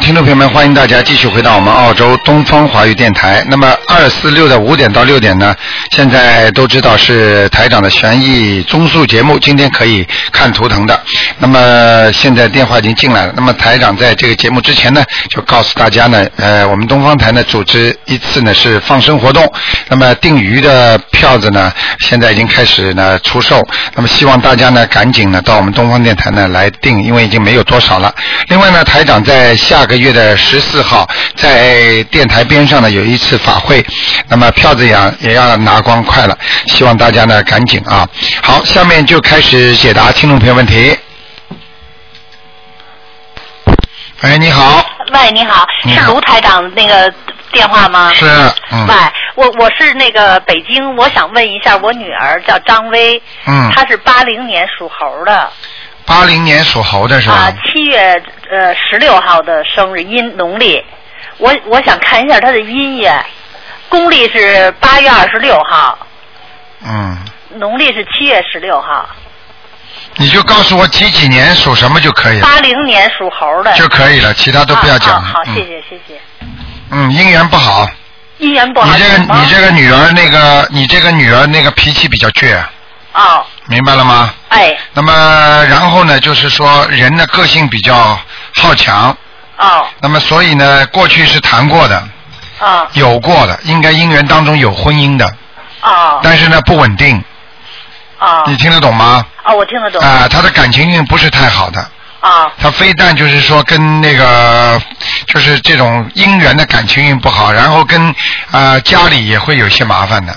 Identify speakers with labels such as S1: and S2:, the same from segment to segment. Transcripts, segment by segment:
S1: 众朋友们，欢迎大家继续回到我们澳洲东方华语电台。那么二四六的五点到六点呢，现在都知道是台长的悬疑综述节目，今天可以看图腾的。那么现在电话已经进来了。那么台长在这个节目之前呢，就告诉大家呢，呃，我们东方台呢组织一次呢是放生活动，那么定鱼的票子呢，现在已经开始呢出售。那么希望大家呢赶紧呢到我们东方电台呢来定，因为已经没有多少了。另外呢，台长在下个月的十四号在电台边上呢有一次法会，那么票子也也要拿光快了，希望大家呢赶紧啊。好，下面就开始解答听众朋友问题。哎，你好，
S2: 喂，你好，
S1: 你
S2: 是
S1: 好
S2: 卢台长那个电话吗？
S1: 是，嗯
S2: 喂，我我是那个北京，我想问一下，我女儿叫张薇，
S1: 嗯，
S2: 她是八零年属猴的，
S1: 八零年属猴的是
S2: 啊
S1: 吧？，
S2: 七月呃十六号的生日，阴农历。我我想看一下她的阴阳，公历是八月二十六号，
S1: 嗯，
S2: 农历是七月十六号。
S1: 你就告诉我几几年属什么就可以了，
S2: 八零年属猴的，
S1: 就可以了，其他都不要讲
S2: 啊
S1: 了。
S2: 好，好
S1: 嗯
S2: 谢谢谢谢。
S1: 嗯，姻缘不好，
S2: 姻缘不好，
S1: 你这个
S2: 怎么
S1: 你这个女儿那个你这个女儿那个脾气比较倔，啊
S2: 哦，
S1: 明白了吗？
S2: 哎
S1: 那么然后呢，就是说人的个性比较好强，
S2: 哦
S1: 那么所以呢，过去是谈过的，
S2: 哦
S1: 有过的，应该姻缘当中有婚姻的，
S2: 哦
S1: 但是呢不稳定，
S2: 哦
S1: 你听得懂吗？
S2: 哦，我听得懂
S1: 啊、她的感情运不是太好的，
S2: 啊
S1: 她非但就是说跟那个就是这种姻缘的感情运不好，然后跟啊、呃家里也会有一些麻烦的，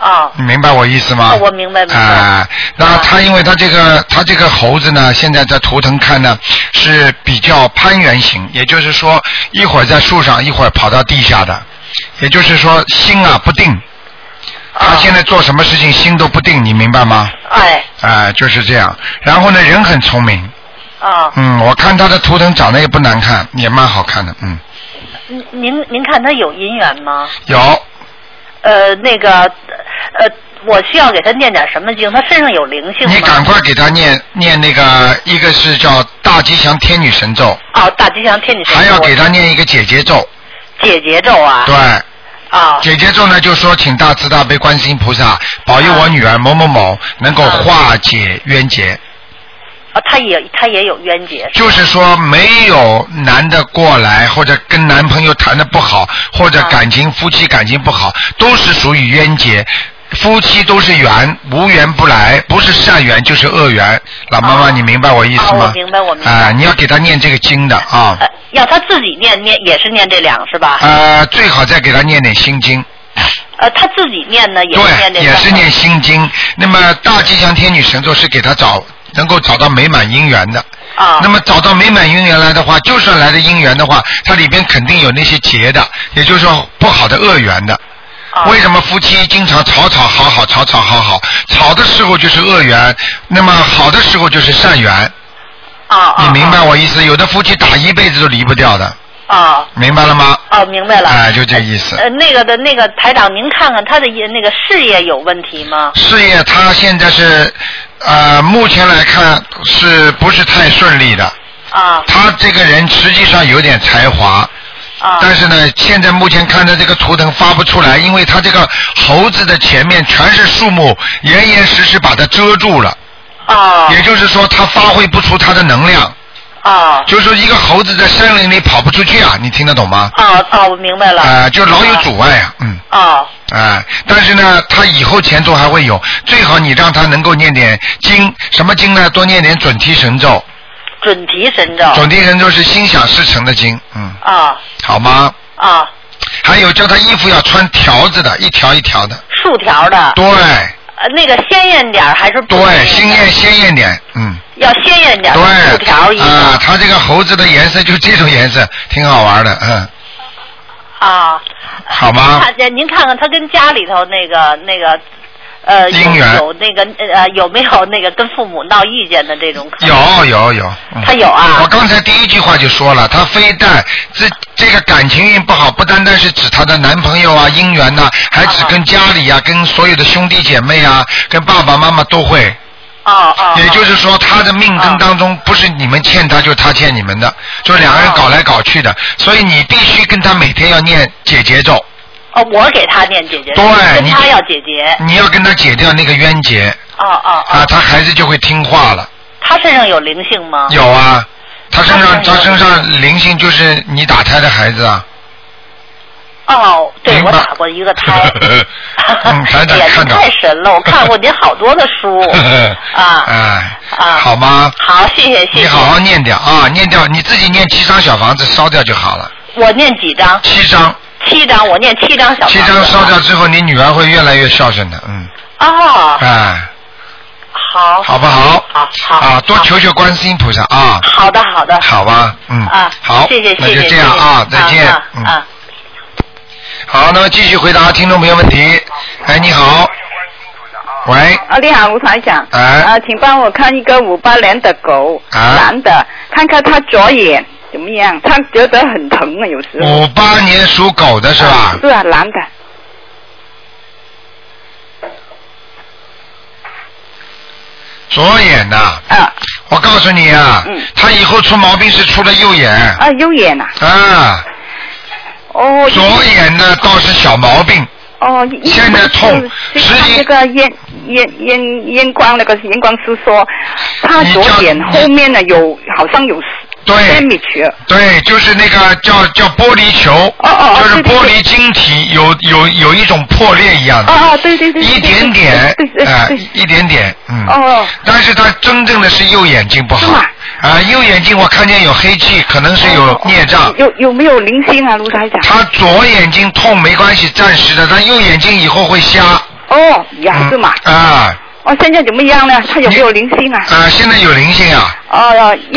S2: 啊
S1: 你明白我意思吗？
S2: 哦我明白明白
S1: 啊、那他因为他这个他这个猴子呢，现在在图腾看呢是比较攀援型，也就是说一会儿在树上，一会儿跑到地下的，也就是说心啊不定。他
S2: 啊
S1: 现在做什么事情心都不定，你明白吗？
S2: 哎
S1: 啊、就是这样。然后呢，人很聪明，
S2: 啊，
S1: 嗯，我看他的图腾长得也不难看，也蛮好看的，嗯，
S2: 您您您看他有姻缘吗？
S1: 有
S2: 呃，那个呃，我需要给他念点什么经？他身上有灵性吗？
S1: 你赶快给他念念那个，一个是叫大吉祥天女神咒，
S2: 哦，大吉祥天女神咒，
S1: 还要给他念一个姐姐咒，
S2: 解结咒啊，
S1: 对，
S2: 啊
S1: 姐姐咒呢就说请大慈大悲观世音菩萨保
S2: 啊
S1: 佑我女儿某某某能够化解冤结，
S2: 啊，他也他也有冤结，
S1: 就是说没有男的过来或者跟男朋友谈的不好，或者
S2: 啊
S1: 感情夫妻感情不好，都是属于冤结。夫妻都是缘，无缘不来，不是善缘就是恶缘。老妈妈，
S2: 啊
S1: 你明白我意思
S2: 啊
S1: 吗？
S2: 我明白我明白
S1: 啊、你要给他念这个经的啊，
S2: 呃，要他自己念念也是念这两是吧？
S1: 呃，最好再给他念点心经。
S2: 呃，他自己念呢也是念这
S1: 对，也
S2: 两
S1: 是念心经。那么大吉祥天女神咒是给他找能够找到美满姻缘的。
S2: 啊，
S1: 那么找到美满姻缘来的话，就算来的姻缘的话，它里边肯定有那些结的，也就是说不好的恶缘的。
S2: 啊
S1: 为什么夫妻经常吵吵好好，吵吵好好？吵的时候就是恶缘，那么好的时候就是善缘。
S2: 啊，
S1: 你明白
S2: 我
S1: 我意思？有的夫妻打一辈子都离不掉的，
S2: 啊
S1: 明白了吗？
S2: 哦，明白了。
S1: 哎，就这意思。
S2: 呃，那个的那个台长，您看看他的业那个事业有问题吗？
S1: 事业他现在是，呃，目前来看是不是太顺利的？
S2: 啊
S1: 他这个人实际上有点才华，
S2: 啊
S1: 但是呢，现在目前看的这个图腾发不出来，因为他这个猴子的前面全是树木，严严实实把它遮住了，
S2: 啊
S1: 也就是说他发挥不出他的能量，
S2: 啊
S1: 就是说一个猴子在森林里跑不出去啊，你听得懂吗？
S2: 啊啊！我明白了。
S1: 啊、就老有阻碍啊，嗯。
S2: 啊
S1: 啊、但是呢，他以后前途还会有，最好你让他能够念点经，什么经呢？多念点准提神咒，
S2: 准提神咒。
S1: 准提神咒是心想事成的经，嗯，
S2: 啊
S1: 好吗？
S2: 啊，
S1: 还有叫他衣服要穿条子的，一条一条的，
S2: 竖条的。
S1: 对
S2: 呃，那个鲜艳点儿还是不
S1: 对，
S2: 鲜
S1: 鲜
S2: 艳点儿
S1: 艳鲜艳点，嗯，
S2: 要鲜艳点儿，竖
S1: 对，
S2: 嗯条一个。
S1: 啊、他这个猴子的颜色就这种颜色，挺好玩的，嗯，
S2: 啊
S1: 好吗？
S2: 看见您看看他跟家里头那个那个。呃，有
S1: 姻缘
S2: 有那个呃，有没有那个跟父母闹意见的这种可能？
S1: 有有有，嗯
S2: 他有啊。
S1: 我刚才第一句话就说了，她非但这这个感情运不好，不单单是指她的男朋友啊、姻缘呐、还指跟家里啊、跟所有的兄弟姐妹啊、跟爸爸妈妈都会。
S2: 哦哦，
S1: 也就是说，他的命根当中不是你们欠他，就是他欠你们的，就是两个人搞来搞去的。所以你必须跟他每天要念解结咒，
S2: 哦，我给他念姐姐，
S1: 对
S2: 跟
S1: 你
S2: 他要姐姐，
S1: 你要跟他解掉那个冤结
S2: 哦哦
S1: 啊，
S2: 哦，
S1: 他孩子就会听话了。
S2: 他身上有灵性吗？
S1: 有啊，他身上
S2: 嗯他
S1: 他身
S2: 身上有
S1: 上灵性就是你打胎的孩子啊。
S2: 哦，对，
S1: 明白。
S2: 我打过一个胎
S1: 嗯台长
S2: 哎呀，
S1: 看
S2: 您
S1: 到
S2: 太神了！我看过您好多的 书啊
S1: 哎，
S2: 啊，
S1: 好吗？
S2: 好，谢谢谢
S1: 你
S2: 谢。
S1: 好好念掉啊，念掉你自己念七张小房子烧掉就好了，
S2: 我念几张？
S1: 七张，
S2: 七张，我念七张小房子
S1: 七张烧掉之后，你女儿会越来越孝顺的，嗯，
S2: 哦，
S1: 哎，
S2: 好，
S1: 好不好？
S2: 好好
S1: 啊，多
S2: 好
S1: 求求观世音菩萨啊，
S2: 好的好的
S1: 好吧，嗯，
S2: 啊，
S1: 好，
S2: 谢谢谢
S1: 那
S2: 谢，
S1: 就这样啊，
S2: 谢谢
S1: 再见
S2: 啊，
S1: 嗯，
S2: 啊，
S1: 好，那么继续回答听众朋友问题。哎，你好，喂，
S3: 啊，你好，吴台长。
S1: 哎
S3: 啊，请帮我看一个五八年的狗，
S1: 啊
S3: 男的，看看他左眼怎么样？他觉得很疼啊，有时候。
S1: 五八年属狗的是吧？
S3: 是啊，男的。
S1: 左眼呐、
S3: 啊
S1: 我告诉你啊，
S3: 嗯
S1: 他以后出毛病是出了右眼
S3: 啊，右眼啊。
S1: 啊，
S3: 哦。
S1: 左眼呢倒是小毛病，
S3: 哦，
S1: 现在痛
S3: 是
S1: 十一
S3: 那个验验验验光那个验光师说，他
S1: 你
S3: 左
S1: 叫
S3: 眼
S1: 你
S3: 后面呢有好像有
S1: 对
S3: damage 啊 了。
S1: 对，就是那个叫叫玻璃球，
S3: 哦哦哦
S1: 就是
S3: 对对
S1: 玻
S3: 对
S1: 璃晶体有有有一种破裂一样的，
S3: 啊啊，对对对。对
S1: 一点点
S3: 对对，对
S1: 啊、
S3: 对
S1: 一点点，嗯。
S3: 哦
S1: 但是他真正的是右眼睛不
S3: 是
S1: 好
S3: 吗哦
S1: 啊、右眼睛我看见有黑气，可能是有孽障。
S3: 有有没有灵性啊，卢台长？
S1: 他左眼睛痛没关系，暂时的，但右眼睛以后会瞎。
S3: 哦，呀，是吗？
S1: 嗯啊
S3: 哦，现在怎么样呢？他有没有灵性啊？
S1: 啊！现在有灵性啊，
S3: 哦，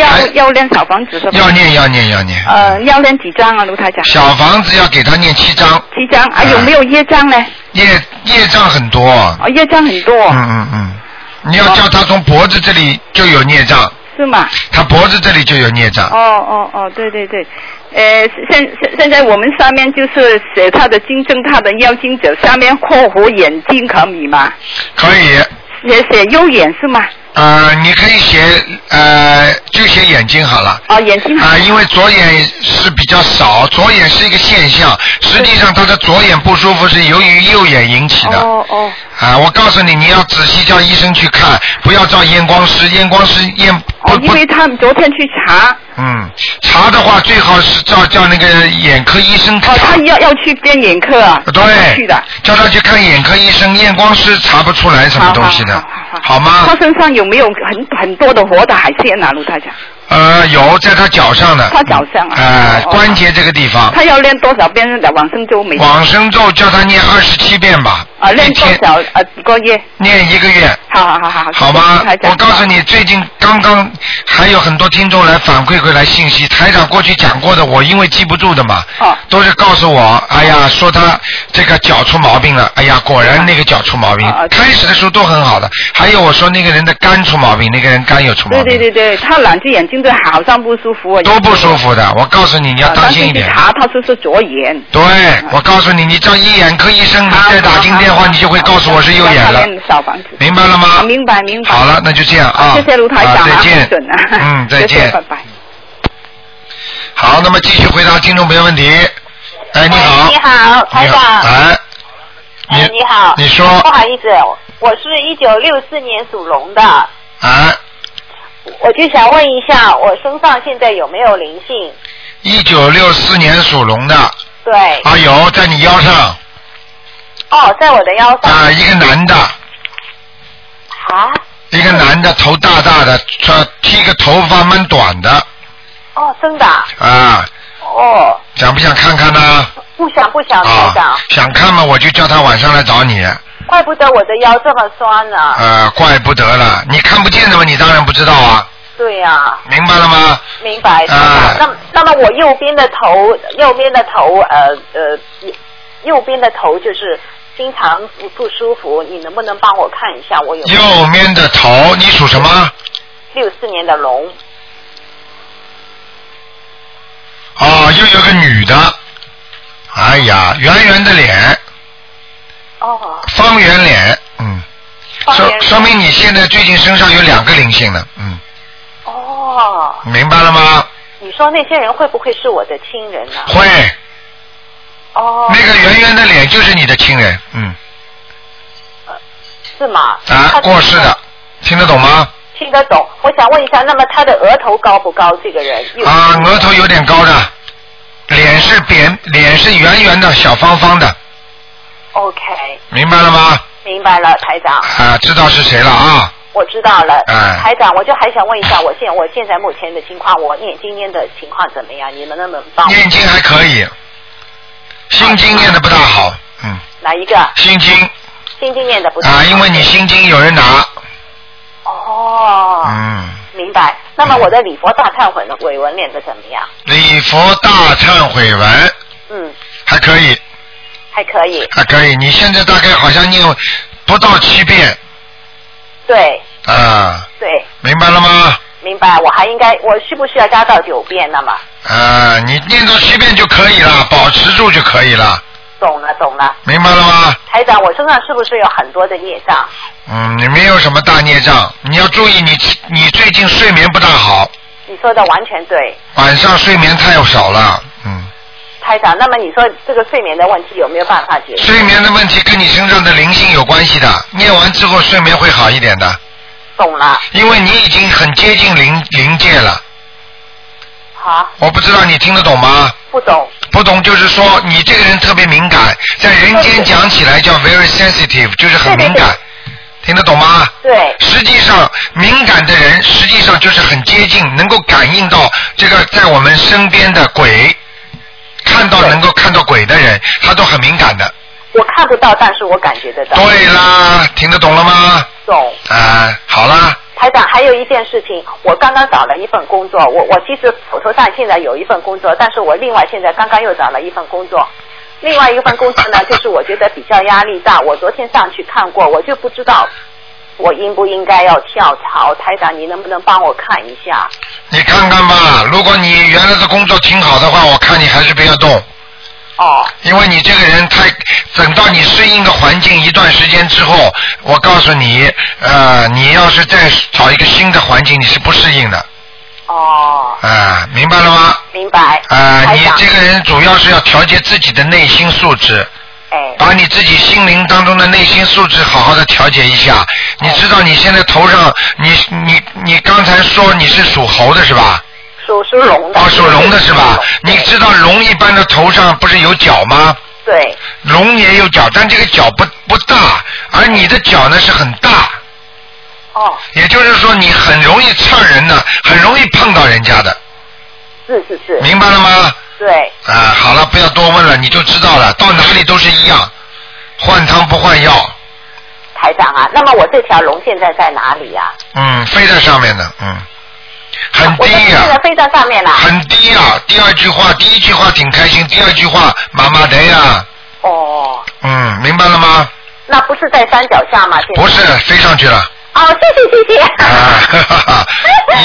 S1: 还
S3: 要要练小房子是吧？
S1: 要念要念要念。
S3: 呃，要练几张啊，卢台长？
S1: 小房子要给他念七章，
S3: 七张啊？
S1: 哎
S3: 有没有业障呢？
S1: 业业障很多。
S3: 哦，业障很多，
S1: 嗯嗯嗯，你要叫他从脖子这里就有孽障，
S3: 是吗？
S1: 他脖子这里就有孽障。
S3: 哦哦哦，对对对，呃，现现现在我们上面就是写他的经证，他的妖精者，下面括弧眼睛可以吗？
S1: 可以，
S3: 写写右眼是吗？
S1: 呃，你可以写呃，就写眼睛好了。
S3: 哦，眼睛
S1: 啊、因为左眼是比较少，左眼是一个现象，实际上他的左眼不舒服是由于右眼引起的。
S3: 哦哦
S1: 啊，我告诉你，你要仔细叫医生去看，不要照验光师，验光师验不
S3: 哦，因
S1: 不，
S3: 为他昨天去查，
S1: 嗯，查的话最好是照叫那个眼科医生
S3: 哦
S1: 查。，
S3: 他要要去见眼科啊，他
S1: 对
S3: 去的。，
S1: 叫他去看眼科医生，验光师查不出来什么东西的，好吗
S3: 他？身上有没有很很多的活的海鲜啊，卢太长？
S1: 呃，有在他脚上的。
S3: 他脚上啊
S1: 哎、
S3: 哦
S1: 关节这个地方。
S3: 他要练多少遍的往生咒每天
S1: 啊往生咒叫他念二十七遍吧，
S3: 啊？
S1: 一
S3: 练多
S1: 天
S3: 少呃几个月？
S1: 念一个月，
S3: 好好好好好，
S1: 好
S3: 谢谢
S1: 吗
S3: 卢台？长
S1: 我告诉，你，最近刚刚还有很多听众来反馈回来信息，台长过去讲过的，我因为记不住的嘛，
S3: 哦
S1: 都是告诉我，哎呀，说他这个脚出毛病了，哎呀，果然那个脚出毛病
S3: 啊啊，
S1: 开始的时候都很好的，还有我说那个人的肝出毛病，那个人肝有出毛
S3: 对
S1: 病
S3: 对，对对，他两只眼睛都好像不舒服啊，
S1: 都不舒服的，我告诉你，你要
S3: 啊
S1: 当心一
S3: 去
S1: 点。
S3: 查他说是左眼。
S1: 对，我告诉你，你叫一眼科医生，你
S3: 好
S1: 再打
S3: 好
S1: 进
S3: 好
S1: 电话，
S3: 好
S1: 你就会
S3: 好
S1: 告诉我是右眼
S3: 让
S1: 了
S3: 他。练小房子。啊
S1: 明白了吗？
S3: 明白明白。
S1: 好了，那就这样啊。
S3: 谢谢卢台长
S1: 啊，再
S3: 很
S1: 见
S3: 准啊。。
S1: 嗯，再
S3: 谢谢
S1: 见
S3: 拜。拜。
S1: 好，那么继续回答听众朋友问题。哎，你好。
S4: 哎你好台长
S1: 哎。
S4: 哎，
S1: 你
S4: 你好，
S1: 你说
S4: 不好意思，我是一九六四年属龙的，
S1: 哎，
S4: 我就想问一下，我身上现在有没有灵性？
S1: 一九六四年属龙的
S4: 对，
S1: 啊，有在你腰上
S4: 哦，在我的腰上
S1: 啊，一个男的，
S4: 啊，
S1: 一个男的，头大大的，这剃个头发蛮短的
S4: 哦，真的啊，
S1: 啊，
S4: 哦，
S1: 想不想看看呢？
S4: 不想不想，台
S1: 啊
S4: 长，，
S1: 想看嘛，我就叫他晚上来找你。
S4: 怪不得我的腰这么酸啊呢、
S1: 呃，怪不得了，你看不见的嘛，你当然不知道啊，
S4: 对呀、
S1: 明白了吗？
S4: 明白，台
S1: 啊
S4: 长。那么那么我右边的头，右边的头，呃呃，右边的头就是经常不不舒服，你能不能帮我看一下我有没有
S1: 右面的头，你属什么？
S4: 六四年的龙？
S1: 哦，又有个女的。哎呀，圆圆的脸，
S4: 哦，
S1: 方圆脸，嗯，
S4: 方
S1: 说
S4: 言
S1: 说明你现在最近身上有两个灵性了，嗯，
S4: 哦，
S1: 明白了吗？
S4: 你说那些人会不会是我的亲人呢、
S1: 会，
S4: 哦，
S1: 那个圆圆的脸就是你的亲人，嗯，
S4: 是吗？
S1: 啊
S4: 他，
S1: 过世的，听得懂吗？
S4: 听得懂。我想问一下，那么他的额头高不高？这个人有
S1: 啊，额头有点高的，脸是扁，脸是圆圆的，小方方的，
S4: OK，
S1: 明白了吗？
S4: 明白了，台长，
S1: 啊，知道是谁了啊？
S4: 我知道了。
S1: 哎
S4: 台长，我就还想问一下，我现我现在目前的情况，我念经念的情况怎么样？你们能不能帮我
S1: 念经还可以，心经念的不大好，嗯，
S4: 哪一个？
S1: 心经
S4: 心经念的不错
S1: 啊，因为你心经有人拿，
S4: 哦。
S1: 嗯，
S4: 明白。那么我的礼佛大忏悔的伟文念的怎么样？
S1: 礼佛大忏悔文
S4: 嗯，
S1: 还可以，
S4: 还可以。
S1: 还可以，你现在大概好像念不到七遍
S4: 对
S1: 啊，
S4: 对，
S1: 明白了吗？
S4: 明白。我还应该，我需不需要加到九遍？那么，
S1: 啊，你念到七遍就可以了，保持住就可以了，
S4: 懂了懂了。
S1: 明白了吗？
S4: 台长，我身上是不是有很多的孽障？
S1: 嗯，你没有什么大孽障，你要注意你你最近睡眠不大好，
S4: 你说的完全对，
S1: 晚上睡眠太少了，嗯，
S4: 台长。那么你说这个睡眠的问题有没有办法解决？
S1: 睡眠的问题跟你身上的灵性有关系的，念完之后睡眠会好一点的，
S4: 懂了，
S1: 因为你已经很接近灵灵界了，
S4: 好，
S1: 我不知道你听得懂吗？
S4: 不懂，
S1: 不懂就是说你这个人特别敏感，在人间讲起来叫 very sensitive，就是很敏感，听得懂吗？
S4: 对，
S1: 实际上，敏感的人实际上就是很接近，能够感应到这个在我们身边的鬼，看到能够看到鬼的人，他都很敏感的。
S4: 我看不到，但是我感觉得到，
S1: 对啦，啊听得懂了吗？
S4: 懂。
S1: 啊、好啦，
S4: 台长，还有一件事情，我刚刚找了一份工作，我我其实手头上现在有一份工作，但是我另外现在刚刚又找了一份工作，另外一份工作呢，就是我觉得比较压力大，我昨天上去看过，我就不知道我应不应该要跳槽，台长，你能不能帮我看一下？
S1: 你看看吧，如果你原来的工作挺好的话，我看你还是不要动，
S4: 哦，
S1: 因为你这个人太，等到你适应的环境一段时间之后，我告诉你，呃，你要是再找一个新的环境，你是不适应的，
S4: 哦，
S1: 啊、明白了吗？
S4: 明白。
S1: 啊、
S4: 台
S1: 你
S4: 长
S1: 这个人主要是要调节自己的内心素质，
S4: 哎，
S1: 把你自己心灵当中的内心素质好好的调节一下。你知道你现在头上，你你你刚才说你是属猴的是吧？
S4: 属属龙的。
S1: 哦，属龙的是吧？你
S4: 对
S1: 知道龙一般的头上不是有角吗？
S4: 对，
S1: 龙也有角，但这个角不不大，而你的角呢是很大，
S4: 哦，
S1: 也就是说你很容易蹭人的，很容易碰到人家的，
S4: 是是是，
S1: 明白了吗？
S4: 对，
S1: 啊，好了，不要多问了，你就知道了，到哪里都是一样，换汤不换药，
S4: 台长啊，那么我这条龙现在在哪里呀、
S1: 嗯，飞在上面的，嗯，很
S4: 我
S1: 低
S4: 的现
S1: 哎呀、
S4: 在飞到上面啊了。
S1: 很低呀、第二句话，第一句话挺开心，第二句话麻麻的呀，
S4: 哦，
S1: 嗯，明白了吗？
S4: 那不是在山脚下吗？现在
S1: 不是飞上去了，
S4: 哦，谢谢谢谢。
S1: 啊，哈 哈哈，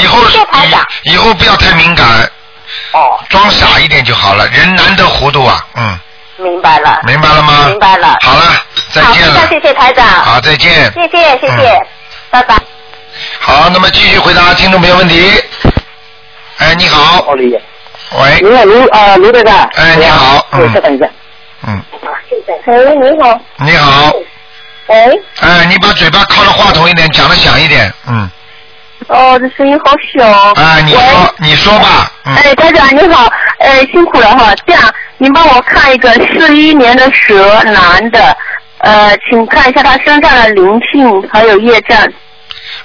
S1: 以后
S4: 谢谢台长。
S1: 以以后不要太敏感，
S4: 哦，
S1: 装傻一点就好了，人难得糊涂啊，嗯，
S4: 明白了。
S1: 明白了吗？
S4: 明白了
S1: 好了，再
S4: 好，非
S1: 见
S4: 常谢
S1: 了，
S4: 谢台长。
S1: 好，再见。
S4: 谢谢谢谢，
S1: 嗯
S4: 拜拜。
S1: 好，那么继续回答听众朋友问题。哎，你好，
S5: 哦，李，
S1: 喂，
S5: 您好，卢啊，卢队长。
S1: 哎你好
S5: 我
S1: 嗯
S5: 稍等一下。
S1: 嗯，
S5: 喂，哎你好。
S1: 你好，
S5: 喂，
S1: 哎，你把嘴巴靠着话筒一点，讲的响一点，嗯，
S5: 哦，这声音好小。
S1: 哎，你说，你说吧，嗯，
S5: 哎，台长你好，哎，辛苦了哈。这样，您帮我看一个四一年的蛇男的，呃，请看一下他身上的灵性还有业障，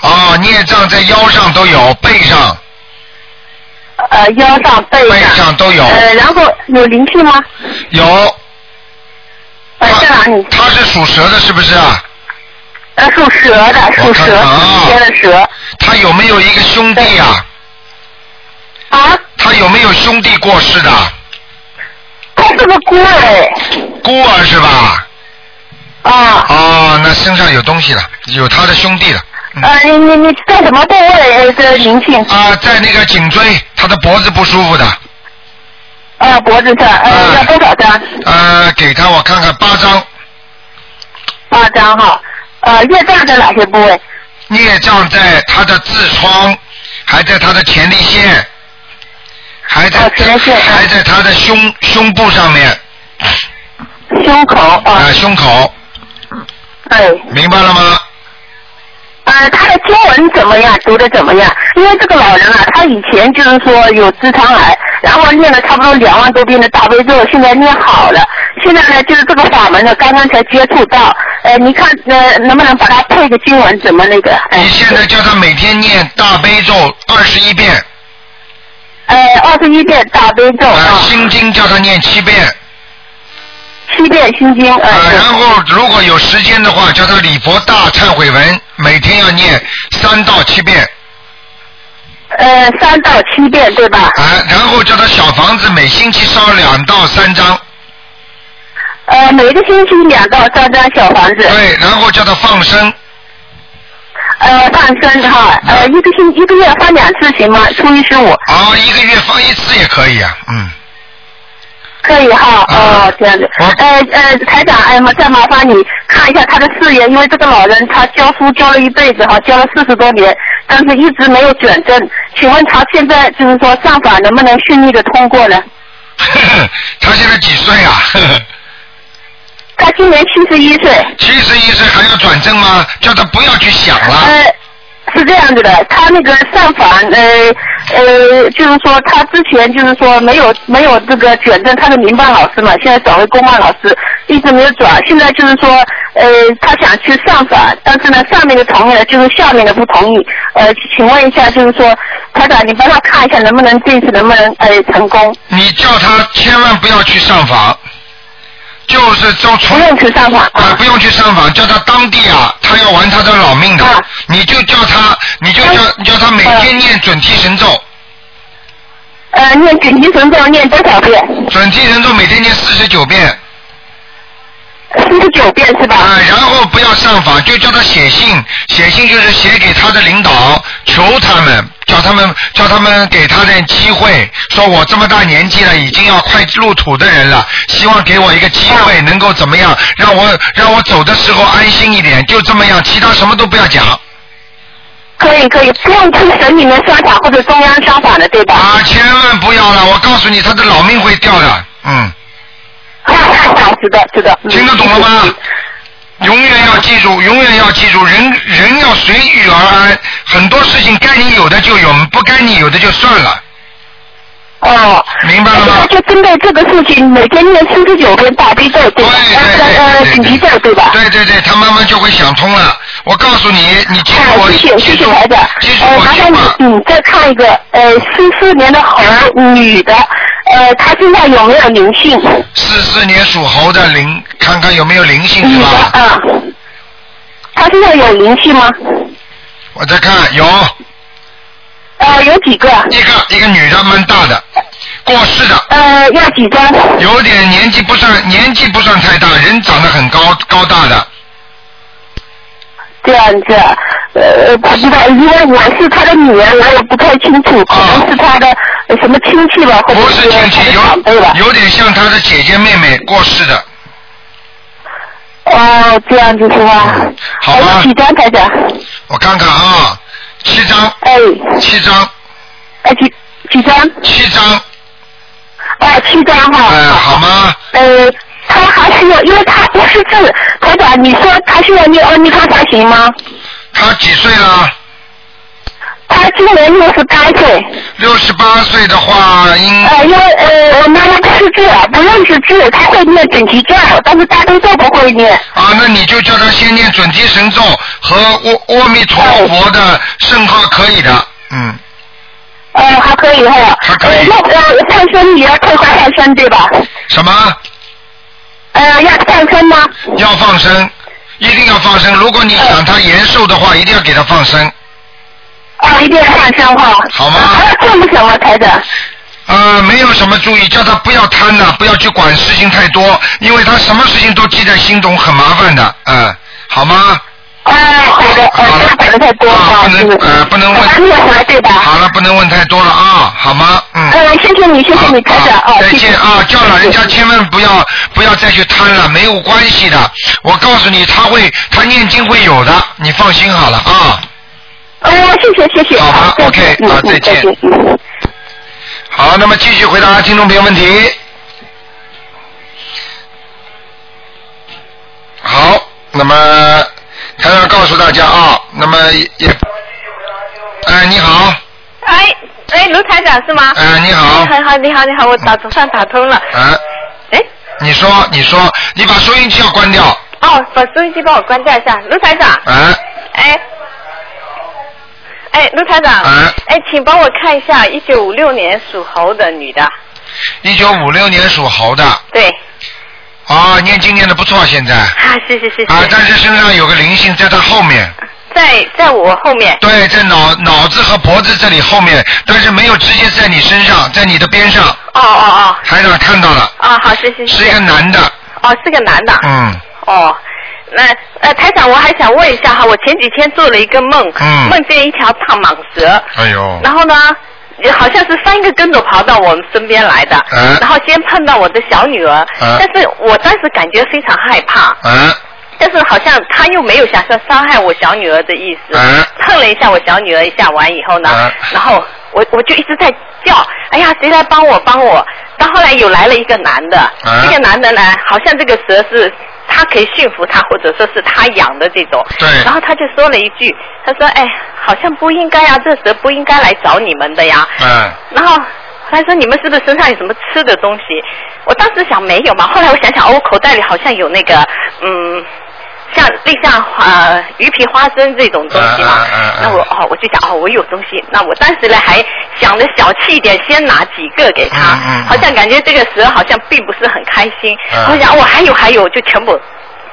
S1: 哦，孽障在腰上都有，背上、
S5: 呃，腰上、背
S1: 背
S5: 上，
S1: 上都有，
S5: 呃，然后有灵性吗？
S1: 有。
S5: 呃，在哪里？
S1: 他是属蛇的，是不是啊？
S5: 呃，属蛇的，属
S1: 我看
S5: 蛇，
S1: 看啊
S5: 天的蛇。
S1: 他有没有一个兄弟啊？
S5: 啊，
S1: 他有没有兄弟过世的？
S5: 他是个孤儿哎，
S1: 孤儿是吧？
S5: 啊。
S1: 哦，那身上有东西了，有他的兄弟了。嗯
S5: 呃，你你你在什么部位呃的灵性？
S1: 啊，在那个颈椎，他的脖子不舒服的。
S5: 呃，脖子上，
S1: 嗯
S5: 呃，要多少张？
S1: 呃，给他我看看八张。
S5: 八张哈。呃，业障在哪些部位？
S1: 孽障在他的痔疮，还在他的前列腺，还在、
S5: 哦前列腺
S1: 还在他的胸胸部上面
S5: 胸口哎
S1: 啊、
S5: 啊，
S1: 胸口，
S5: 对。
S1: 明白了吗？
S5: 呃，他的经文怎么样？读的怎么样？因为这个老人啊，他以前就是说有痔疮癌，然后念了差不多两万多遍的大悲咒，现在念好了。现在呢，就是这个法门呢，刚刚才接触到。呃，你看，呃，能不能把它配个经文，怎么那个？哎
S1: 你现在叫他每天念大悲咒二十一遍，
S5: 呃，二十一遍大悲咒
S1: 啊、
S5: 啊，
S1: 心经叫他念七遍，
S5: 七遍心经，
S1: 啊、
S5: 呃，
S1: 然后如果有时间的话，叫他礼佛大忏悔文，每天要念三到七遍，
S5: 呃，三到七遍对吧？
S1: 啊、然后叫他小房子每星期烧两到三张，
S5: 呃，每个星期两到三张小房子，
S1: 对，然后叫他放生，
S5: 呃，放生哈，呃，一个星一个月放两次行吗？初一十五。
S1: 啊，一个月放一次也可以啊，嗯，
S5: 可以哈，
S1: 啊
S5: 哦，这样子
S1: 好。
S5: 呃呃，台长，哎妈，再麻烦你看一下他的事业，因为这个老人他教书教了一辈子哈，教了四十多年，但是一直没有转正。请问他现在就是说上法能不能顺利的通过呢？
S1: 他现在几岁啊？
S5: 他今年七十一岁，
S1: 七十一岁还要转正吗？叫他不要去想了。
S5: 呃，是这样子的，他那个上法，呃呃，就是说他之前就是说没有没有这个转正他的民办老师嘛，现在转为公办老师，一直没有转。现在就是说，呃，他想去上法，但是呢，上面的同意了，就是下面的不同意。呃，请问一下，就是说，台长，你帮他看一下能不能这次能不能呃成功？
S1: 你叫他千万不要去上访，就是从
S5: 不
S1: 从
S5: 用去上法
S1: 啊
S5: 啊，
S1: 不用去上访，叫他当地啊，他要玩他的老命的
S5: 啊，嗯
S1: 你就叫他，你就叫你叫他每天念准提神咒，
S5: 呃，念准提神咒念多少遍？
S1: 准提神咒每天念四十九遍
S5: 四十九遍是吧？
S1: 啊，然后不要上访，就叫他写信，写信就是写给他的领导，求他们，叫他们叫他们给他点机会，说我这么大年纪了，已经要快入土的人了，希望给我一个机
S5: 啊
S1: 会，能够怎么样，让我让我走的时候安心一点，就这么样，其他什么都不要讲。
S5: 可以可以，不用去省里面商法或者中央商法的，对吧？
S1: 啊，千万不要了！我告诉你，他的老命会掉的。嗯，
S5: 知道知道。嗯
S1: 听得懂了吗？永远要记住，永远要记住，人人要随遇而安。很多事情该你有的就有，不该你有的就算了，
S5: 哦。
S1: 明白了
S5: 那
S1: 吗？
S5: 就针对这个事情，每天念四十九遍大悲咒，
S1: 对
S5: 吧？呃呃，
S1: 对
S5: 紧
S1: 对
S5: 急
S1: 对
S5: 咒，对吧？
S1: 对对对，他慢慢就会想通了。我告诉你，你记住
S5: 好，
S1: 我，
S5: 谢谢谢
S1: 记
S5: 谢
S1: 住
S5: 台长，
S1: 记住
S5: 呃，
S1: 我
S5: 麻
S1: 句
S5: 烦你
S1: 话，
S5: 嗯，再看一个，呃，四四年的猴女的，呃，她身上有没有灵性？
S1: 四四年属猴的灵，看看有没有灵性
S5: 女
S1: 是
S5: 的
S1: 吧？
S5: 啊，她身上有灵性吗？
S1: 我再看，有
S5: 呃，有几个？
S1: 一个一个女的，蛮大的，过世的。
S5: 呃，要几张？
S1: 有点年纪不算年纪不算太大，人长得很高高大的，
S5: 这样子，呃，不知道，因为我是他的女儿，我也不太清楚，可能是他的呃什么亲戚吧，或者
S1: 哦不是亲
S5: 他
S1: 戚，
S5: 啊的长辈吧
S1: 有。有点像他的姐姐妹妹过世的，
S5: 哦，这样子是吧？
S1: 好
S5: 还
S1: 吧
S5: 有几张台长？
S1: 我看看啊，七张，
S5: 哎，
S1: 七张，
S5: 哎几几张？
S1: 七张，
S5: 哎，七张哈。
S1: 哎，好吗？
S5: 呃，他还需要，因为他不识字，台长，你说他需要念阿弥陀佛行吗？
S1: 他几岁啊了？
S5: 他今年六十八岁。
S1: 六十八岁的话，应
S5: 呃，因为呃，我妈妈不识字，不认识字，她会念准提咒，但是大悲咒不会念。
S1: 啊，那你就叫他先念准提神咒和阿阿弥陀佛的圣号可以的，嗯，
S5: 呃，还可以哈。
S1: 还可
S5: 呃
S1: 以
S5: 那呃，上身也要退换上身对吧？
S1: 什么？
S5: 呃，要上身吗？
S1: 要放生，一定要放生。如果你想他延寿的话，一定要给他放生。
S5: 啊，一定要上身哈。
S1: 好吗
S5: 呃还要注意什么，台长？
S1: 呃，没有什么注意，叫他不要贪呐、不要去管呃事情太多，因为他什么事情都记在心中，很麻烦的，嗯，好吗？
S5: 啊，好的，
S1: 好
S5: 呃，
S1: 了
S5: 这个管的太多了，
S1: 啊
S5: 啊
S1: 不能呃不能问
S5: 打电回来对吧？
S1: 好了，不能问太多了啊，好吗？嗯。
S5: 呃，谢谢你，谢谢你，台长
S1: 好
S5: 啊，
S1: 再
S5: 谢谢
S1: 见啊！叫老人家千万不要不要再去贪了，没有关系的。我告诉你，他会他念经会有的，你放心好了啊。
S5: 哎呀，谢谢谢谢，
S1: 好吧
S5: 再
S1: OK，
S5: 见嗯
S1: 好
S5: 嗯
S1: 再见
S5: 嗯
S1: 好，那么继续回答听众朋友问题。好，那么还要告诉大家啊，那么也，也哎，你好，
S6: 哎哎，卢台长是吗？
S1: 哎，你好，
S6: 哎好，你好，你好，我打总算打通了。
S1: 哎，
S6: 哎，
S1: 你说，你说，你把收音机要关掉，
S6: 哦，把收音机帮我关掉一下，卢台长。
S1: 哎，
S6: 哎，哎，卢台长，
S1: 哎
S6: 哎，请帮我看一下，一九五六年属猴的女的，
S1: 一九五六年属猴的，
S6: 对，
S1: 啊，念经念的不错，现在，
S6: 啊，谢谢谢谢，
S1: 啊，但是身上有个灵性在他后面，
S6: 在在我后面，
S1: 对，在脑脑子和脖子这里后面，但是没有直接在你身上，在你的边上，
S6: 哦哦
S1: 台长看到了，
S6: 哦，啊，好，谢谢，
S1: 是一个男的，
S6: 哦，是个男的，
S1: 嗯，
S6: 哦。那呃，台长，我还想问一下哈，我前几天做了一个梦，
S1: 嗯
S6: 梦见一条大蟒蛇，
S1: 哎呦，
S6: 然后呢，也好像是三个跟斗跑到我们身边来的，
S1: 嗯
S6: 然后先碰到我的小女儿，
S1: 嗯
S6: 但是我当时感觉非常害怕，
S1: 嗯
S6: 但是好像他又没有想说伤害我小女儿的意思，
S1: 嗯
S6: 碰了一下我小女儿一下完以后呢，
S5: 啊
S1: 嗯
S6: 然后我我就一直在叫，哎呀，谁来帮我帮我？到后来有来了一个男的，
S1: 嗯
S6: 这个男的呢，好像这个蛇是。他可以驯服它，或者说是他养的这种。
S1: 对
S6: 然后他就说了一句，他说：“哎，好像不应该啊，这蛇不应该来找你们的呀。”
S1: 嗯，
S6: 然后他说你们是不是身上有什么吃的东西？我当时想没有嘛，后来我想想，哦，我口袋里好像有那个嗯。像类像呃鱼皮花生这种东西嘛
S1: 嗯嗯嗯嗯，
S6: 那我哦我就想哦我有东西，那我当时呢还想着小气一点，先拿几个给他
S1: 嗯嗯嗯，
S6: 好像感觉这个蛇好像并不是很开心
S1: 嗯，
S6: 我想我哦还有还有就全部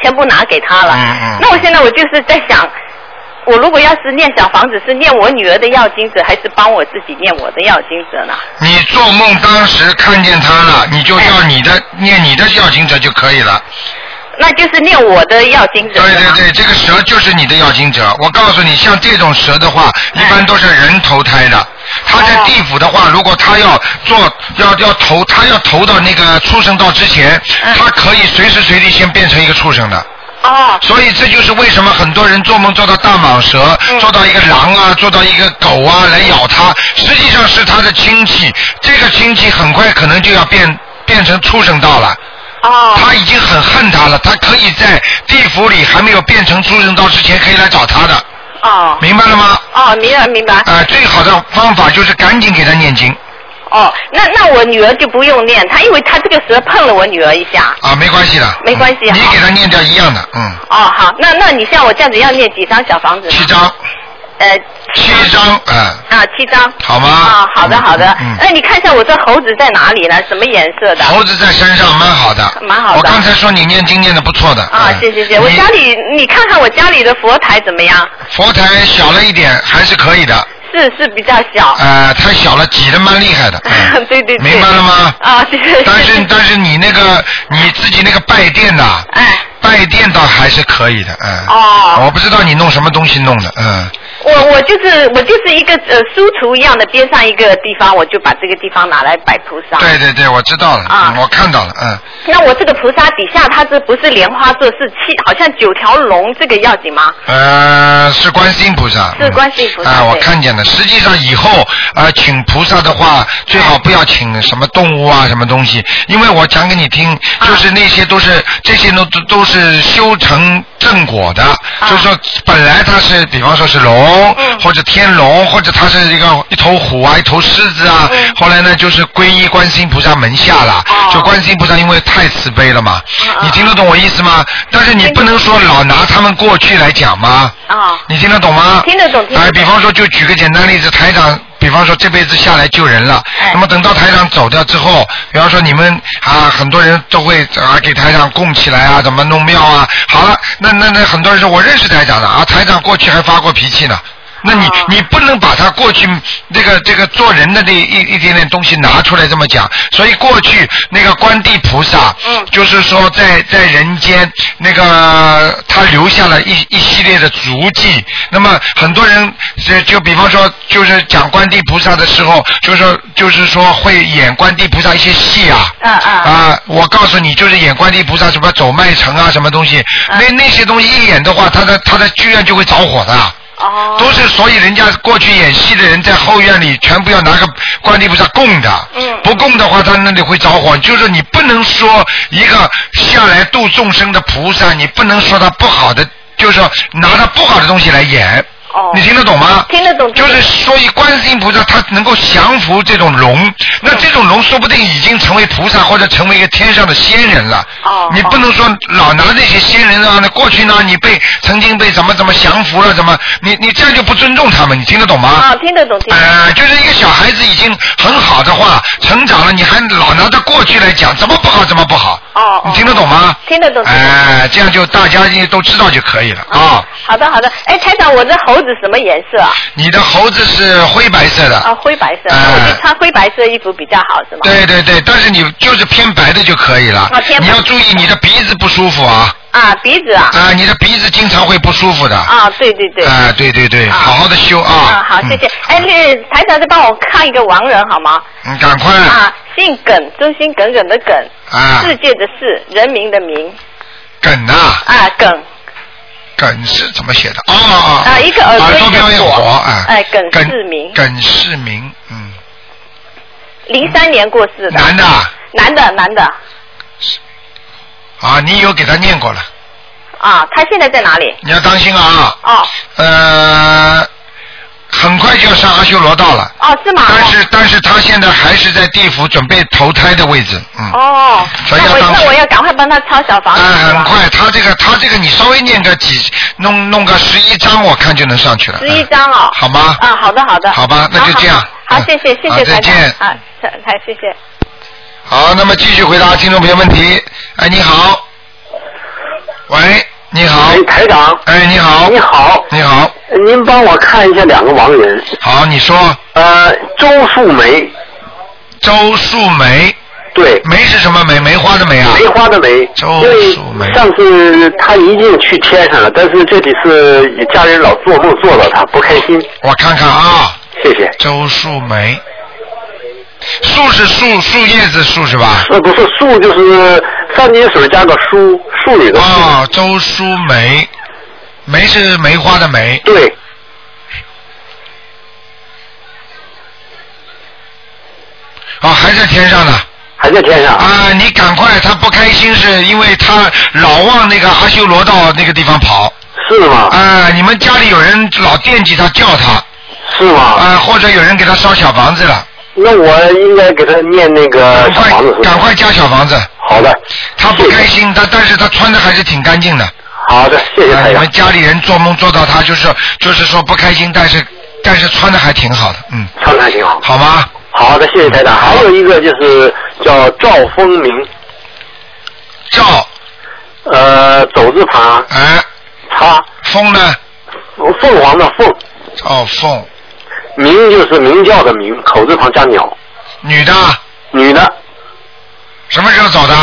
S6: 全部拿给他了
S1: 嗯嗯，
S6: 那我现在我就是在想，我如果要是念小房子，是念我女儿的药精者，还是帮我自己念我的药精者呢？
S1: 你做梦当时看见他了，你就
S6: 哎
S1: 要你的念你的要经者就可以了。
S6: 那就是念我的药精者
S1: 对
S6: 了
S1: 对
S6: 嘛。
S1: 对，这个蛇就是你的要经者。我告诉你，像这种蛇的话，一般都是人投胎的。他在地府的话，如果他要做要要投，他要投到那个畜生道之前，
S6: 嗯
S1: 他可以随时随地先变成一个畜生的。
S6: 哦，
S1: 所以这就是为什么很多人做梦做到大蟒蛇，做到一个狼啊，做到一个狗啊来咬他，实际上是他的亲戚。这个亲戚很快可能就要变变成畜生道了。
S6: 哦，
S1: 他已经很恨他了，他可以在地府里还没有变成畜生道之前，可以来找他的，
S6: 哦，
S1: 明白了吗？
S6: 哦，明白明白。
S1: 呃，最好的方法就是赶紧给他念经
S6: 哦，那那我女儿就不用念，她因为她这个蛇碰了我女儿一下。
S1: 啊，没关系的，
S6: 没关系
S1: 嗯你
S6: 好
S1: 给他念掉一样的，嗯，
S6: 哦，好，那那你像我这样子要念几张小房子呢？
S1: 七张，
S6: 呃，
S1: 七张，嗯，
S6: 啊，七张。
S1: 好吗？
S6: 啊，好的好的
S1: 嗯。
S6: 那你看一下我这猴子在哪里呢？什么颜色的？
S1: 猴子在山上蛮好的，
S6: 蛮好的
S1: 我刚才说你念经念的不错的。
S6: 啊，
S1: 嗯
S6: 谢谢谢，我
S1: 你
S6: 家里你看看我家里的佛台怎么样？
S1: 佛台小了一点，还是可以的。
S6: 是是比较小。
S1: 呃，太小了，挤得蛮厉害的。嗯
S6: 对对对
S1: 明白了吗？
S6: 啊，对对对。
S1: 但是但是你那个你自己那个拜殿呐、
S6: 哎，
S1: 拜殿倒还是可以的，嗯。
S6: 哦
S1: 我不知道你弄什么东西弄的，嗯。
S6: 我我就是我就是一个呃书橱一样的边上一个地方，我就把这个地方拿来摆菩萨。
S1: 对对对，我知道了，
S6: 啊
S1: 嗯我看到了，嗯。
S6: 那我这个菩萨底下它这不是莲花座，是七，好像九条龙，这个要紧吗？
S1: 呃，是观世音菩萨。
S6: 是观世音菩萨
S1: 嗯啊，我
S6: 对
S1: 看见了。实际上以后呃，请菩萨的话，最好不要请什么动物啊，什么东西，因为我讲给你听，就是那些都是这些都都都是修成正果的，就是说本来它是，比方说是龙、或者天龙，或者它是一个一头虎啊，一头狮子啊，后来呢就是皈依观世音菩萨门下了，就观世音菩萨因为太慈悲了嘛，你听得懂我意思吗？但是你不能说老拿他们过去来讲吗？
S6: 啊、
S1: 你听得懂吗？
S6: 听得懂听得懂
S1: 哎，比方说，就举个简单例子，台长，比方说这辈子下来救人了，
S6: 哎
S1: 那么等到台长走掉之后，比方说你们啊，很多人都会啊给台长供起来啊，怎么弄庙啊？好了，那那那很多人说我认识台长的啊，台长过去还发过脾气呢。那
S6: 哦
S1: 你、你不能把他过去这个这个做人的那一一点点东西拿出来这么讲，所以过去那个观地菩萨，嗯，就是说在在人间那个他留下了一一系列的足迹。那么很多人就就比方说，就是讲观地菩萨的时候，就是说就是说会演观地菩萨一些戏啊，
S2: 嗯嗯
S1: 啊，我告诉你，就是演观地菩萨什么走麦城啊，什么东西，那那些东西一演的话，他的他的剧院就会着火的。哦。都是所以人家过去演戏的人在后院里全部要拿个观地菩萨供的。嗯。不供的话，他那里会着火。就是你不能说一个下来度众生的菩萨，你不能说他不好的，就是说拿他不好的东西来演。哦。你听得懂吗？
S6: 听得懂。
S1: 就是所以观世音菩萨他能够降服这种龙，
S6: 嗯
S1: 那这种龙说不定已经成为菩萨或者成为一个天上的仙人了。哦。你不能说老拿这些仙人啊，那过去呢你被曾经被怎么怎么降服了，怎么你你这样就不尊重他们，你听得懂吗？
S6: 啊，听得懂，听得懂。
S1: 呃，就是一个小孩子已经很好的话，成长了，你还老拿他过去来讲，怎么不好怎么不好。哦。你听得懂吗？
S6: 听得懂。听得懂
S1: 哎、这样就大家也都知道就可以了啊、
S6: 好的好的，哎，台长，我这猴子什么颜色啊？
S1: 你的猴子是灰白色的。
S6: 啊，灰白色，我就穿灰白色衣服比较好，是吗？
S1: 对对对，但是你就是偏白的就可以了。
S6: 啊偏白
S1: 你要注意你的鼻子不舒服啊
S6: 啊，鼻子啊，
S1: 啊，你的鼻子经常会不舒服的。啊，
S6: 啊，对对对，
S1: 对对对，好好的修啊
S6: 啊，。好，谢谢。哎，那台长再帮我看一个亡人好吗？
S1: 嗯，你赶快
S6: 啊，姓耿，忠心耿耿的耿，
S1: 啊，
S6: 世界的世，人民的民，
S1: 梗啊，
S6: 啊，耿
S1: 梗是怎么写的？哦哦哦。
S6: 啊，一个耳
S1: 耳
S6: 朵
S1: 朵
S6: 一
S1: 边
S6: 个
S1: 有火
S6: 火，
S1: 啊。
S6: 哎，耿
S1: 耿
S6: 世民，
S1: 耿世民，嗯，
S6: 零三年过世的，
S1: 男的啊
S6: 男的，男的，
S1: 啊，你有给他念过了，
S6: 啊，他现在在哪里？
S1: 你要当心啊，
S6: 哦
S1: 呃，很快就要上阿修罗道了。
S6: 哦，是吗？
S1: 但是但是他现在还是在地府准备投胎的位置，嗯，
S6: 哦，
S1: 所
S6: 那
S1: 以要
S6: 我
S1: 当
S6: 那
S1: 心
S6: 我要赶快帮他抄小房
S1: 啊，
S6: 子，是
S1: 很
S6: 吧？
S1: 快，他这个他这个你稍微念个几弄弄个十一章，我看就能上去了，
S6: 十一
S1: 嗯
S6: 张哦。
S1: 好吗？
S6: 啊，好的好的。
S1: 好吧那就
S6: 好
S1: 这样
S6: 好，好
S1: 嗯
S6: 谢谢谢
S1: 好
S6: 谢
S1: 再
S6: 台长
S1: 见
S6: 啊，台谢谢。
S1: 好，那么继续回答听众朋友问题。哎，你好，喂，你好，
S7: 哎，台长，
S1: 哎，你好
S7: 你，好，
S1: 你好，
S7: 您帮我看一下两个亡人，
S1: 好，你说
S7: 呃，周素梅，
S1: 周树梅，
S7: 对，
S1: 梅是什么梅？梅花的梅啊？
S7: 梅花的梅，
S1: 周
S7: 因为
S1: 素梅
S7: 上次她一定去天上了，但是这几次家人老做梦做到她，不开心，
S1: 我看看啊，
S7: 谢谢。
S1: 周树梅，树是树树叶子树是吧？
S7: 呃，不是树，就是三点水加个淑，淑女的淑，
S1: 哦，周淑梅，梅是梅花的梅，
S7: 对，
S1: 哦，还在天上呢。
S7: 还在天上。
S1: 啊，你赶快，他不开心是因为他老往那个阿修罗道那个地方跑。
S7: 是吗？
S1: 啊，你们家里有人老惦记他，叫他，
S7: 是吗？
S1: 啊，或者有人给他烧小房子了，
S7: 那我应该给他念那个
S1: 赶
S7: 小
S1: 快
S7: 房子是吧
S1: 赶快。加小房子。
S7: 好的，
S1: 他不开心，他但是他穿的还是挺干净的。
S7: 好的，谢谢
S1: 啊，
S7: 台
S1: 你
S7: 长
S1: 们。家里人做梦做到他，就是就是说不开心，但是但是穿的还挺好的，嗯，
S7: 唱的挺好。
S1: 好吗？
S7: 好的，谢谢台长。还有一个就是叫赵风明，
S1: 照，
S7: 呃，走字旁，
S1: 哎，
S7: 叉，
S1: 风呢？
S7: 呃凤凰的凤，
S1: 赵凤，
S7: 明就是鸣叫的鸣，口字旁加鸟，
S1: 女的，
S7: 女的。
S1: 什么时候走的？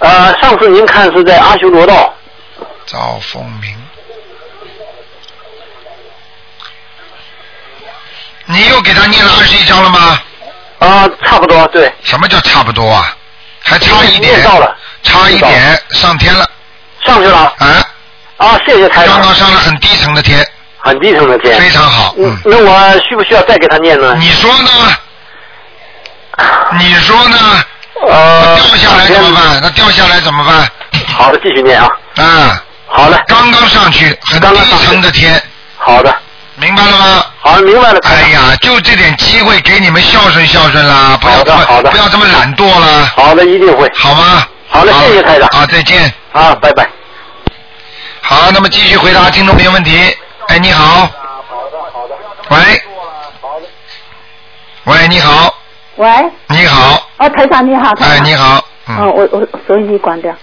S7: 呃，上次您看是在阿修罗道，
S1: 赵凤鸣。你又给他念了二十一章了吗？
S7: 啊、差不多，对，
S1: 什么叫差不多啊？还差一点
S7: 念，到了，
S1: 差一点上天了
S7: 上去了。
S1: 啊！
S7: 啊，谢谢台
S1: 刚
S7: 长，
S1: 刚上了很低层的天，
S7: 很低层的天。
S1: 非常好。
S7: 嗯
S1: 嗯，
S7: 那我需不需要再给他念呢？
S1: 你说 呢？你说呢？
S7: 呃，
S1: 掉下来怎么
S7: 两
S1: 办？那掉下来怎么办？
S7: 天好的，继续念啊。
S1: 啊，
S7: 好嘞，
S1: 刚刚上去，很
S7: 刚
S1: 低
S7: 刚上去
S1: 层的天，
S7: 好的，
S1: 明白了吗？
S7: 好，明白了，台
S1: 哎
S7: 长。
S1: 呀，就这点机会给你们孝顺孝顺啦，不要
S7: 好
S1: 这
S7: 的
S1: 么
S7: 好的
S1: 不要这么懒惰啦，
S7: 好的，一定会。
S1: 好吗？
S7: 好的谢谢台长
S1: 啊，再见。
S7: 啊，拜拜。
S1: 好，那么继续回答听众朋友问题。哎，你好。喂。喂，你好，
S8: 喂，
S1: 你好，
S8: 哦，台长你好，台
S1: 哎，
S8: 长，
S1: 你好，
S8: 哦，
S1: 嗯，
S8: 我我我手机关掉，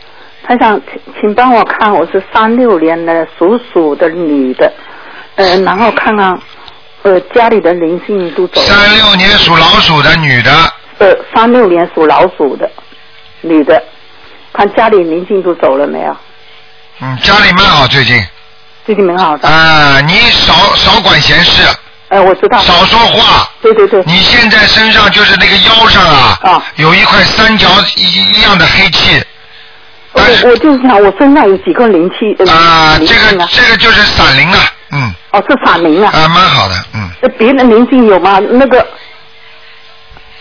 S8: 台长，请请帮我看，我是三六年的属鼠的女的，呃，然后看看呃家里的灵性都走了。
S1: 三六年属老鼠的女的，
S8: 呃，三六年属老鼠的女的，看家里灵性都走了没有？
S1: 嗯，家里蛮好最近。
S8: 最近蛮好的。
S1: 啊、你少少管闲事，
S8: 哎、我知道。
S1: 少说话。
S8: 对对对。
S1: 你现在身上就是那个腰上啊，
S8: 啊
S1: 有一块三角一一样的黑气。但是
S8: 我我就想，我身上有几个灵气。呃
S1: 啊、
S8: 灵
S1: 这
S8: 性
S1: 个
S8: 啊
S1: 这个就是散灵啊，嗯，
S8: 哦，是闪灵啊。
S1: 啊，蛮好的，嗯，
S8: 呃别的灵性有吗？那个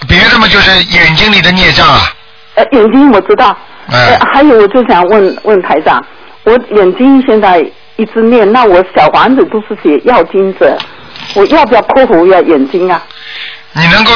S1: 别的嘛就是眼睛里的孽障啊，
S8: 呃眼睛我知道。
S1: 哎、
S8: 呃，还有我就想问问台长，我眼睛现在一直念，那我小房子都是写药精者，我要不要括弧要眼睛啊？
S1: 你能够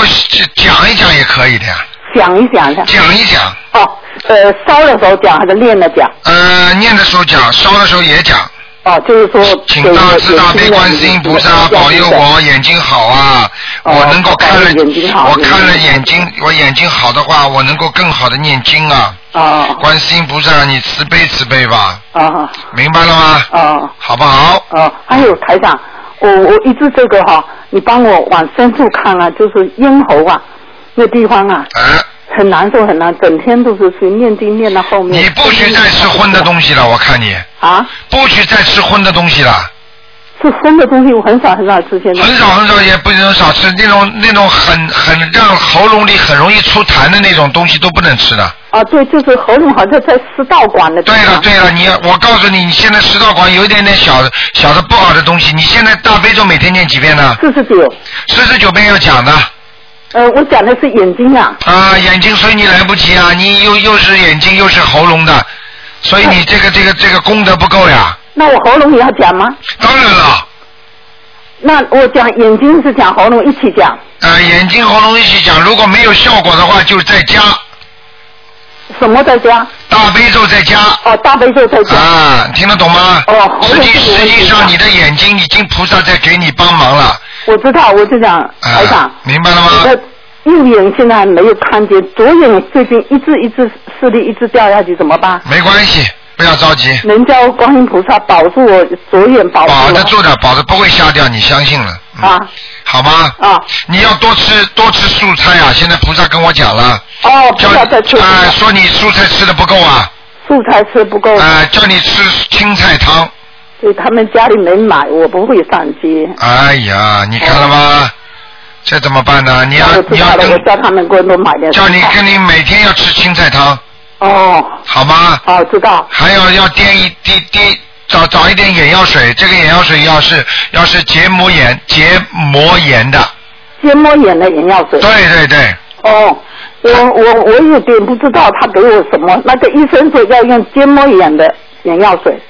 S1: 讲一讲也可以的呀，
S8: 想一想的。
S1: 讲一讲，
S8: 哦，呃，烧的时候讲还是念了讲？
S1: 呃，念的时候讲，烧的时候也讲，
S8: 哦，就是说
S1: 请
S8: 给
S1: 大
S8: 我啊
S1: 慈大悲观世音菩萨保佑我眼睛好啊！
S8: 哦
S1: 我能够看了
S8: 保佑眼睛，好
S1: 我看了
S8: 眼睛好
S1: 眼睛，我眼睛好的话，我能够更好的念经啊！
S8: 哦
S1: 观世音菩萨，你慈悲慈悲吧，
S8: 哦
S1: 明白了吗？
S8: 哦
S1: 好不好？
S8: 哦，还有台长，我我一直这个哈、你帮我往深处看啊，就是咽喉啊那地方啊
S1: 哎，
S8: 很难受很难，整天都是去念经念到后面。
S1: 你不许再吃荤的东西了，我看你
S8: 啊？
S1: 不许再吃荤的东西了，
S8: 是荤的东西，我很少很少吃现在。
S1: 很少很少也不能少吃那种那种很很让喉咙里很容易出痰的那种东西都不能吃的。
S8: 啊，对，就是喉咙好像在食道管的地
S1: 对了
S8: 方。
S1: 对了，你我告诉你，你现在食道管有一点点小的小的不好的东西。你现在大悲咒每天念几遍呢？
S8: 四十九，
S1: 四十九遍要讲的
S8: 呃，我讲的是眼睛啊。
S1: 啊，眼睛随你来不及啊，你又又是眼睛又是喉咙的，所以你这个这个这个功德不够呀。
S8: 那我喉咙也要讲吗？
S1: 当然了，
S8: 那我讲眼睛是讲喉咙一起讲，
S1: 呃，眼睛喉咙一起讲，如果没有效果的话，就在家
S8: 什么在加？
S1: 大悲咒在家
S8: 哦，大悲咒在加。
S1: 啊，听得懂吗？
S8: 哦喉
S1: 实
S8: 咙
S1: 际
S8: 是有
S1: 实
S8: 问
S1: 际
S8: 题
S1: 上
S8: 的
S1: 你的眼睛已经菩萨在给你帮忙了
S8: 我知道，我就讲
S1: 啊
S8: 台长，，
S1: 明白了吗？
S8: 我的右眼现在没有看见，左眼最近一直一直视力一直掉下去，怎么办？
S1: 没关系，不要着急。
S8: 能叫观音菩萨保住我左眼，保住
S1: 保
S8: 我
S1: 得住的，保得不会瞎掉，你相信了，嗯、
S8: 啊
S1: 好吗？
S8: 啊！
S1: 你要多吃多吃蔬菜啊！现在菩萨跟我讲了，
S8: 哦，不
S1: 叫
S8: 要再吃
S1: 啊、说你蔬菜吃的不够啊，
S8: 素菜吃不够
S1: 啊、，叫你吃青菜汤。
S8: 对他们家里没买，我不会上街。
S1: 哎呀，你看了吗？这怎么办呢？你要
S8: 我
S1: 你
S8: 知
S1: 要
S8: 道了，我
S1: 跟
S8: 叫他们给我多买点蔬
S1: 叫
S8: 菜。
S1: 你跟你每天要吃青菜汤，
S8: 哦，
S1: 好吗？
S8: 好知道。
S1: 还有要点一滴滴，找找一点眼药水，这个眼药水要是要是结膜炎结膜炎的，
S8: 结膜炎的眼药水。
S1: 对对对，
S8: 哦，我我我有点不知道他给我什么。那个医生说要用结膜炎的眼药水，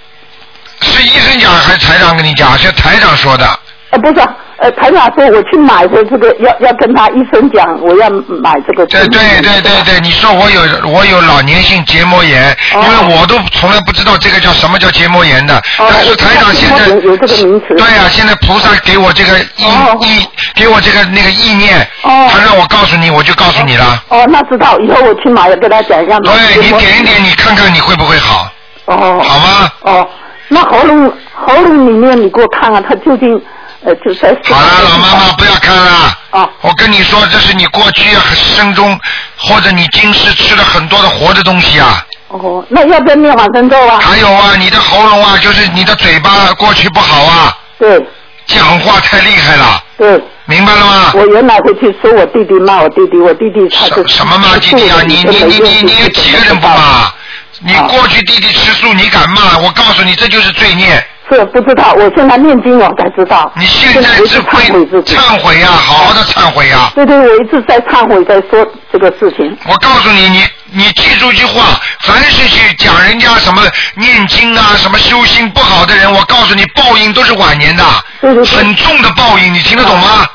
S1: 是医生讲还是台长跟你讲？是台长说的。
S8: 呃，不是，呃，台长说我去买的这个要要跟他医生讲，我要买这个。
S1: 对对对对对，你说我有我有老年性结膜炎，因
S8: 哦
S1: 为我都从来不知道这个叫什么叫结膜炎的。
S8: 哦
S1: 但是
S8: 我知道
S1: 台长现在
S8: 结膜炎有这个名词
S1: 对呀、现在菩萨给我这个意
S8: 哦
S1: 意给我这个那个意念，
S8: 哦
S1: 他让我告诉你，我就告诉你了。
S8: 哦，那知道，以后我去买了跟他讲一下。
S1: 对你
S8: 结膜
S1: 点一点，你看看你会不会好，
S8: 哦
S1: 好吗？
S8: 哦，那喉咙喉咙里面你给我看看，他究竟呃就在。
S1: 好了，老妈妈不要看了。
S8: 哦
S1: 啊我跟你说，这是你过去啊生中或者你今世吃了很多的活的东西啊。
S8: 哦，那要不要念往生咒啊？
S1: 还有啊，你的喉咙啊，就是你的嘴巴过去不好啊，
S8: 对
S1: 讲话太厉害了，
S8: 对。
S1: 明白了吗？
S8: 我原来回去说我弟弟骂我弟弟，我弟弟他
S1: 什
S8: 是
S1: 什么嘛，弟
S8: 吃素
S1: 弟啊，
S8: 的
S1: 你
S8: 就
S1: 你
S8: 没
S1: 你
S8: 用
S1: 你你有几个人不？骂？啊你
S8: 啊
S1: 过去弟弟吃素，你敢骂？我告诉你，这就是罪孽。
S8: 是不知道，我现在念经我才知道。
S1: 你现在
S8: 一
S1: 是
S8: 直
S1: 会
S8: 忏悔自己。
S1: 忏悔呀、好好的忏悔呀、
S8: 对对，我一直在忏悔，在说这个事情。
S1: 我告诉你，你你记住一句话，凡是去讲人家什么念经啊、什么修心不好的人，我告诉你，报应都是晚年的，
S8: 对对对
S1: 很重的报应，你听得懂吗？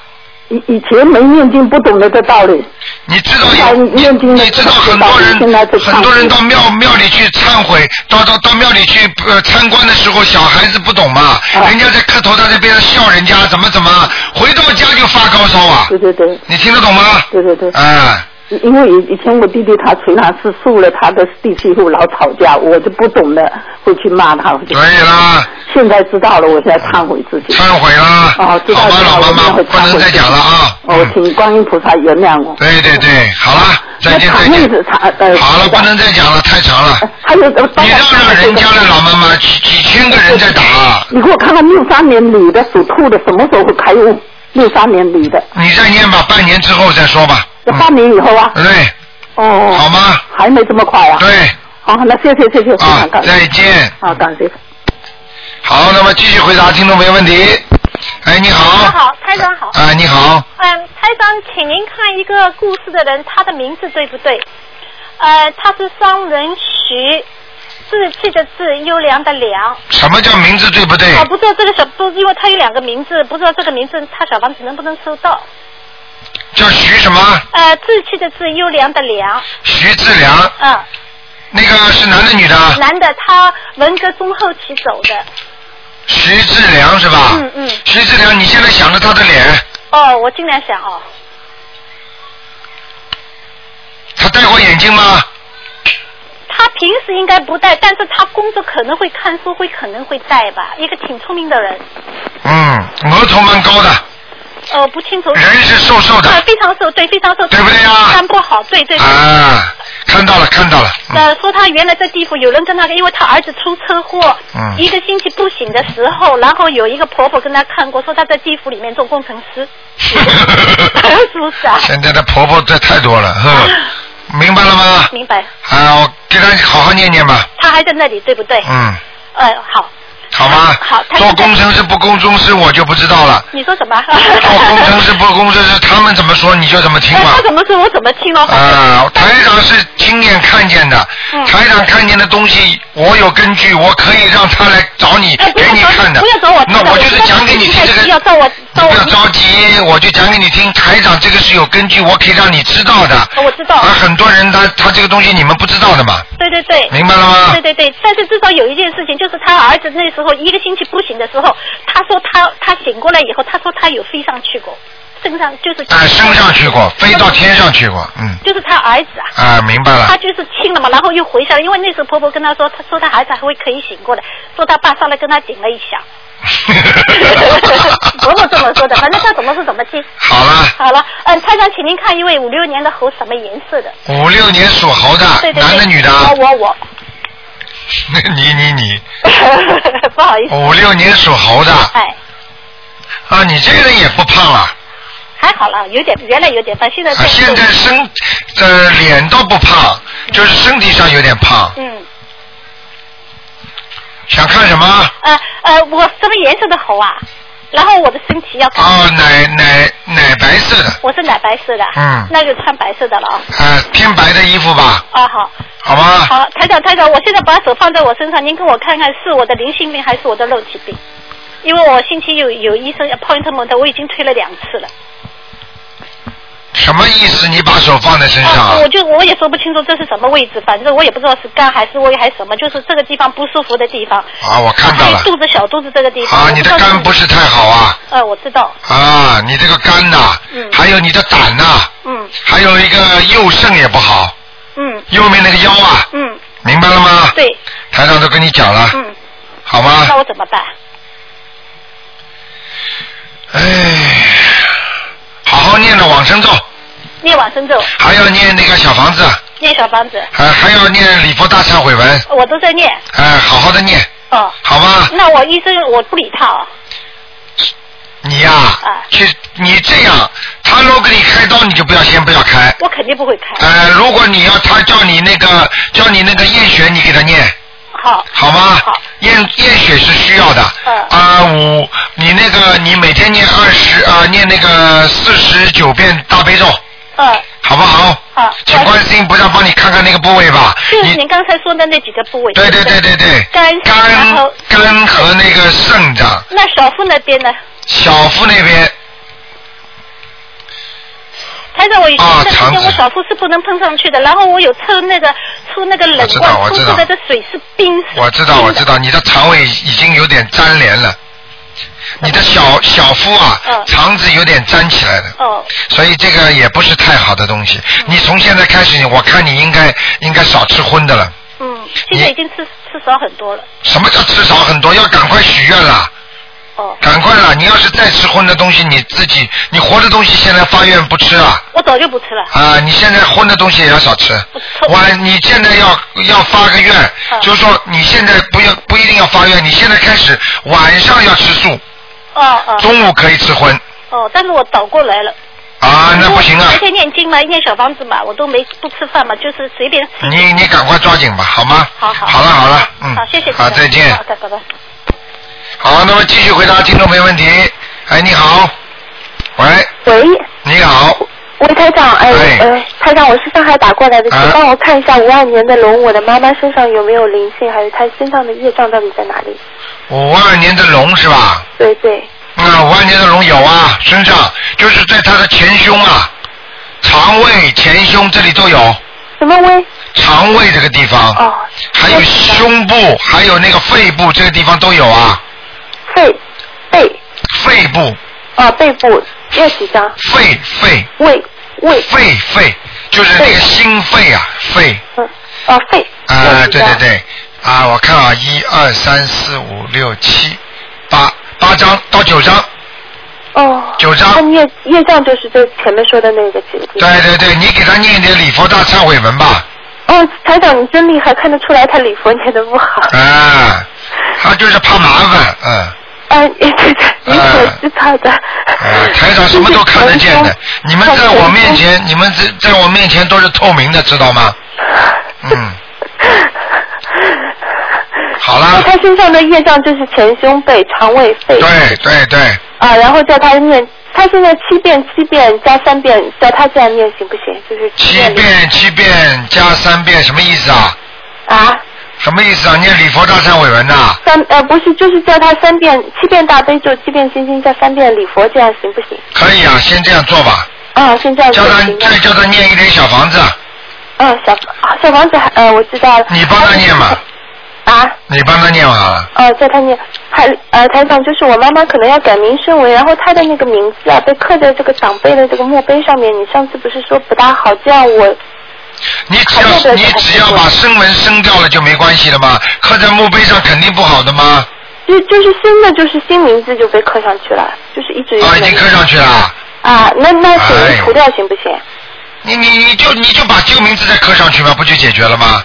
S8: 以以前没念经，不懂得这道理。
S1: 你知道
S8: 哎
S1: 有你
S8: 念经的
S1: 你知道很多人
S8: 现在是忏悔
S1: 很多人到庙庙里去忏悔，到到到庙里去呃参观的时候，小孩子不懂嘛，
S8: 啊
S1: 人家在磕头，他在边上笑人家怎么怎么，回到家就发高烧啊
S8: 对，对对，
S1: 你听得懂吗？
S8: 对对对。
S1: 哎，
S8: 因为以以前我弟弟他虽然是素了，他的弟媳妇老吵架，我就不懂得会去骂他。
S1: 对啦，
S8: 现在知道了，我现在忏悔自己。
S1: 忏悔啦！
S8: 哦，知道
S1: 好吧
S8: 知道
S1: 老妈妈
S8: 我一定会
S1: 不能
S8: 忏悔
S1: 再
S8: 自己
S1: 讲了啊
S8: 我请观音菩萨原谅我。
S1: 对对对，好了，再见
S8: 那
S1: 再
S8: 场面
S1: 见。
S8: 子场呃，
S1: 好了，不能再讲了，太长了。
S8: 还有呃
S1: 你
S8: 帮我
S1: 让
S8: 看
S1: 让
S8: 看这
S1: 人
S8: 个
S1: 家的老妈妈几几千个人在打，
S8: 你给我看看六三年女的属兔的什么时候开悟？六三年女的，
S1: 你再念吧，半年之后再说吧。
S8: 半年以后啊。
S1: 对，
S8: 哦，
S1: 好吗？
S8: 还没这么快啊。
S1: 对，
S8: 好，那谢谢谢谢，非
S1: 啊
S8: 常感，谢。
S1: 再见。
S8: 好，感谢。
S1: 好，那么继续回答听众朋友问题。哎，你
S9: 台长
S1: 好。
S9: 好，台长好。
S1: 啊，你好，
S9: 嗯，台长，请您看一个故事的人，他的名字对不对？呃，他是双人徐，志气的志，优良的良。哦
S1: 什么叫名字对不对？
S8: 啊
S9: 我不知道这个小不，因为他有两个名字，不知道这个名字他小房子能不能收到。
S1: 叫徐什么？
S9: 呃，志气的志，优良的良。
S1: 徐志良，
S9: 嗯，
S1: 那个是男的啊女的？
S9: 男的，他文革中后期走的。
S1: 徐志良是吧？
S9: 嗯嗯。
S1: 徐志良，你现在想着他的脸，
S9: 哦，我尽量想哦。
S1: 他戴过眼镜吗？
S9: 他平时应该不带，但是他工作可能会看书，会可能会带吧。一个挺聪明的人，
S1: 嗯，额头蛮高的，
S9: 呃，不清楚。
S1: 人是瘦瘦的
S9: 啊，非常瘦，对，非常瘦。
S1: 对不对呀
S9: 但不好，对对。对
S1: 啊，嗯看到了看到了，
S9: 呃，说他原来在地府，有人跟他，因为他儿子出车祸，
S1: 嗯
S9: 一个星期不醒的时候，然后有一个婆婆跟他看过，说他在地府里面做工程 师，是不是啊？
S1: 现在的婆婆这太多了，呵，明白了吗？
S9: 明白，
S1: 啊，我给他好好念念吧，
S9: 他还在那里，对不对？
S1: 嗯，
S9: 呃，好，
S1: 好吗？
S9: 好他
S1: 做工程师不工程师我就不知道了，
S9: 你说什么？
S1: 做工程师不工程师他们怎么说你就怎么听
S9: 哎
S1: 嘛
S9: 他。怎么说？我怎么听了？
S1: 啊，台长是亲眼看见的，
S9: 嗯
S1: 台长看见的东西，我有根据，我可以让他来找你，
S9: 哎不
S1: 给
S9: 要
S1: 你
S9: 找
S1: 看的。
S9: 不要找我
S1: 那
S9: 知道
S1: 我就是
S9: 我知道
S1: 讲给你
S9: 你
S1: 听
S9: 太
S1: 这个。
S9: 急要找我
S1: 你
S9: 找我
S1: 不要着急，我就讲给你听。台长这个是有根据，我可以让你知道的。
S9: 哦我知道
S1: 而很多人他他这个东西你们不知道的嘛，
S9: 对对对。
S1: 明白了吗
S9: 对？对对，但是至少有一件事情，就是他儿子那时候一个星期不醒的时候，他说他他醒过来以后，他说他有飞上去过，升上就是
S1: 啊，升上去过，飞到天上去过，嗯，
S9: 就是他儿子啊。
S1: 啊，明白
S9: 他
S1: 了，
S9: 就是亲了嘛，然后又回下来，因为那时候婆婆跟他说，他说他孩子还会可以醒过来，说他爸上来跟他顶了一 下。婆婆这么说的，反正他怎么说怎么听。
S1: 好了，
S9: 好了，嗯，台长，请您看一位五六年的猴什么颜色的？
S1: 五六年属猴的，
S9: 对对对，
S1: 男的女的？啊
S9: 我我我，
S1: 你你你，
S9: 不好意思，
S1: 五六年属猴的，
S9: 哎，
S1: 啊，你这个人也不胖啊了。
S9: 还好了，有点原来有点胖，现在
S1: 啊，现在身呃脸倒不胖，就是身体上有点胖。
S9: 嗯
S1: 想看什么？
S9: 呃呃，我什么颜色的猴啊？然后我的身体要看，
S1: 哦，奶奶奶白色的，
S9: 我是奶白色的，
S1: 嗯
S9: 那就穿白色的了啊。
S1: 啊，偏白的衣服吧，
S9: 啊好，
S1: 好吗？
S9: 好，台长台长，我现在把手放在我身上，您跟我看看是我的灵性病还是我的肉体病？因为我星期有有医生 appointment，我已经推了两次了。
S1: 什么意思？你把手放在身上
S9: 啊，我就我也说不清楚这是什么位置，反正我也不知道是肝还是胃还是什么，就是这个地方不舒服的地方。
S1: 啊，我看到
S9: 还有
S1: 了。
S9: 肚子小肚子这个地方。
S1: 啊，你的肝不
S9: 是？
S1: 是太好啊！
S9: 呃，我知道，
S1: 啊，你这个肝呐、
S9: 嗯
S1: 还有你的胆呐、
S9: 嗯
S1: 还有一个右肾也不好，
S9: 嗯
S1: 右面那个腰啊，
S9: 嗯，
S1: 明白了吗？
S9: 对，
S1: 台长都跟你讲了，
S9: 嗯，
S1: 好吗？
S9: 那我怎么办？
S1: 哎，好好念了往生咒，
S9: 念往生咒，
S1: 还要念那个小房子，
S9: 念小房子，
S1: 还呃还要念礼佛大忏悔文，
S9: 我都在念。
S1: 哎，好好的念，
S9: 哦，
S1: 好吗？
S9: 那我医生我不理他啊、
S1: 你哎呀、
S9: 啊
S1: 去你这样，他如果给你开刀，你就不要先不要开。
S9: 我肯定不会开。
S1: 呃，如果你要他叫你那个叫你那个验血，你给他念，
S9: 好，
S1: 好吗
S9: 好？
S1: 验验血是需要的。
S9: 嗯
S1: 啊，五，你那个你每天念二十啊，念那个四十九遍大悲咒，
S9: 嗯，
S1: 好不好？
S9: 好
S1: 请观世音菩萨帮你看看那个部位吧。
S9: 就是
S1: 你
S9: 您刚才说的那几个部位。
S1: 对对
S9: 不
S1: 对对对，
S9: 肝然
S1: 肝
S9: 后
S1: 肝和那个肾脏，
S9: 那小腹那边呢？
S1: 小腹那边
S9: 台长，我以前
S1: 啊
S9: 一段时
S1: 肠
S9: 间
S1: 子
S9: 我小腹是不能碰上去的，然后我有抽那个出那个冷罐，
S1: 我知道我
S9: 出
S1: 知道
S9: 出来的水是冰是
S1: 我知道
S9: 冰
S1: 我知
S9: 的
S1: 道，你的肠胃已经有点粘连了，你的小小腹啊
S9: 嗯
S1: 肠子有点粘起来了。
S9: 哦，嗯
S1: 所以这个也不是太好的东西。你从现在开始，我看你应该应该少吃荤的了，
S9: 嗯，现在已经吃吃少很多了。
S1: 什么叫吃少很多？要赶快许愿了。
S9: 哦。
S1: 赶快了！你要是再吃荤的东西，你自己你活的东西现在发愿不吃啊
S9: 我早就不吃了。
S1: 啊！你现在荤的东西也要少吃。晚你现在要要发个愿，
S9: 啊
S1: 就是说你现在不要不一定要发愿，你现在开始晚上要吃素，
S9: 哦哦。
S1: 中午可以吃荤
S9: 哦，但是我倒过来了。
S1: 啊，那不行啊！
S9: 每天念经嘛，念小房子嘛，我都没不吃饭嘛，就是随便。
S1: 你你赶快抓紧吧，好吗？
S9: 嗯好好。
S1: 好了好了，嗯，
S9: 好，谢谢。
S1: 好再见
S9: 好的，拜拜。
S1: 好，那么继续回答听众朋友问题。哎，你好，喂，
S10: 喂，
S1: 你好，
S10: 喂，台长，哎，呃，台长，我是上海打过来的，
S1: 啊
S10: 请帮我看一下五二年的龙，我的妈妈身上有没有灵性，还有她身上的业障到底在哪里？
S1: 五二年的龙是吧？
S10: 对对，
S1: 啊，五二年的龙有啊，身上就是在他的前胸啊、肠胃、前胸这里都有。
S10: 什么胃？
S1: 肠胃这个地方。哦。还有胸部，还有那个肺部这个地方都有啊。
S10: 肺，肺。
S1: 肺部，
S10: 啊，背部要几张？
S1: 肺肺。
S10: 胃胃。
S1: 肺肺，就是那个心肺啊，肺。
S10: 哦，
S7: 哎
S10: 肺。
S1: 啊，对对对，啊，我看啊，一二三四五六七八八张到九张，
S10: 哦。
S1: 九张。
S10: 那业业障就是这前面说的那个几个地方。
S1: 对对对，你给他念一点礼佛大忏悔文吧，
S10: 哦，台长，你真厉害，看得出来他礼佛念的不好。
S1: 啊，他就是怕麻烦，嗯。
S10: 哎，对对对，你所知道的。
S1: 啊，台长什么都看得见的，你们在我面前，你们在在我面前都是透明的，知道吗？嗯，好
S10: 那他身上的业障就是前胸背、肠胃、肺。
S1: 对对对，
S10: 啊，然后叫他念，他现在七遍七遍加三遍，叫他这样念行不行？就是
S1: 七遍七遍加三遍什么意思啊？
S10: 啊，
S1: 什么意思啊？念礼佛大忏悔文呐、
S10: 三呃不是，就是叫他三遍七遍大悲咒，七遍心经，加三遍礼佛，这样行不行？
S1: 可以啊，先这样做吧。
S10: 啊，现在
S1: 叫他再叫他念一点小房子，啊
S10: 嗯，小啊小房子还呃我知道了。
S1: 你帮他念嘛。
S10: 啊。
S1: 你帮他念完了。
S10: 呃，叫他念，还呃台长就是我妈妈可能要改名声为，然后她的那个名字啊被刻在这个长辈的这个墓碑上面。你上次不是说不大好，这样我
S1: 你只要你只要把声纹声掉了就没关系了嘛，刻在墓碑上肯定不好的嘛。
S10: 就就是新的就是新名字就被刻上去了，就是一直
S1: 啊，已经刻上去了。
S10: 啊，那那
S1: 哎
S10: 请
S1: 呦
S10: 涂掉行不行？
S1: 你你你就你就把旧名字再刻上去嘛，不就解决了吗？